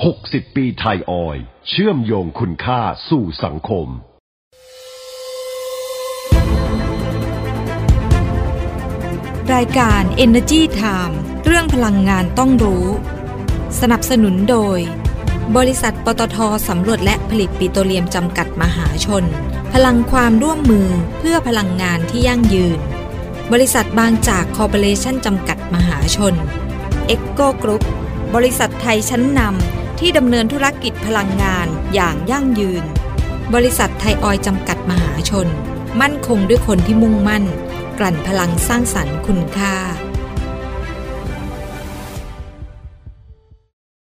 Speaker 3: 60 ปีไทยออยล์เชื่อมโยงคุณค่าสู่สังคม
Speaker 9: รายการ Energy Time เรื่องพลังงานต้องรู้ สนับสนุนโดย บริษัทปตทสำรวจและผลิตปิโตรเลียมจำกัดมหาชน พลังความร่วมมือเพื่อพลังงานที่ยั่งยืน บริษัทบางจากคอร์ปอเรชั่นจำกัดมหาชน e c o Group บริษัทไทยชั้นนำที่ดำเนินธุรกิจพลังงานอย่างยั่งยืน บริษัทไทยออยล์จำกัดมหาชน มั่นคงด้วยคนที่มุ่งมั่น กลั่นพลังสร้างสรรค์คุณค่า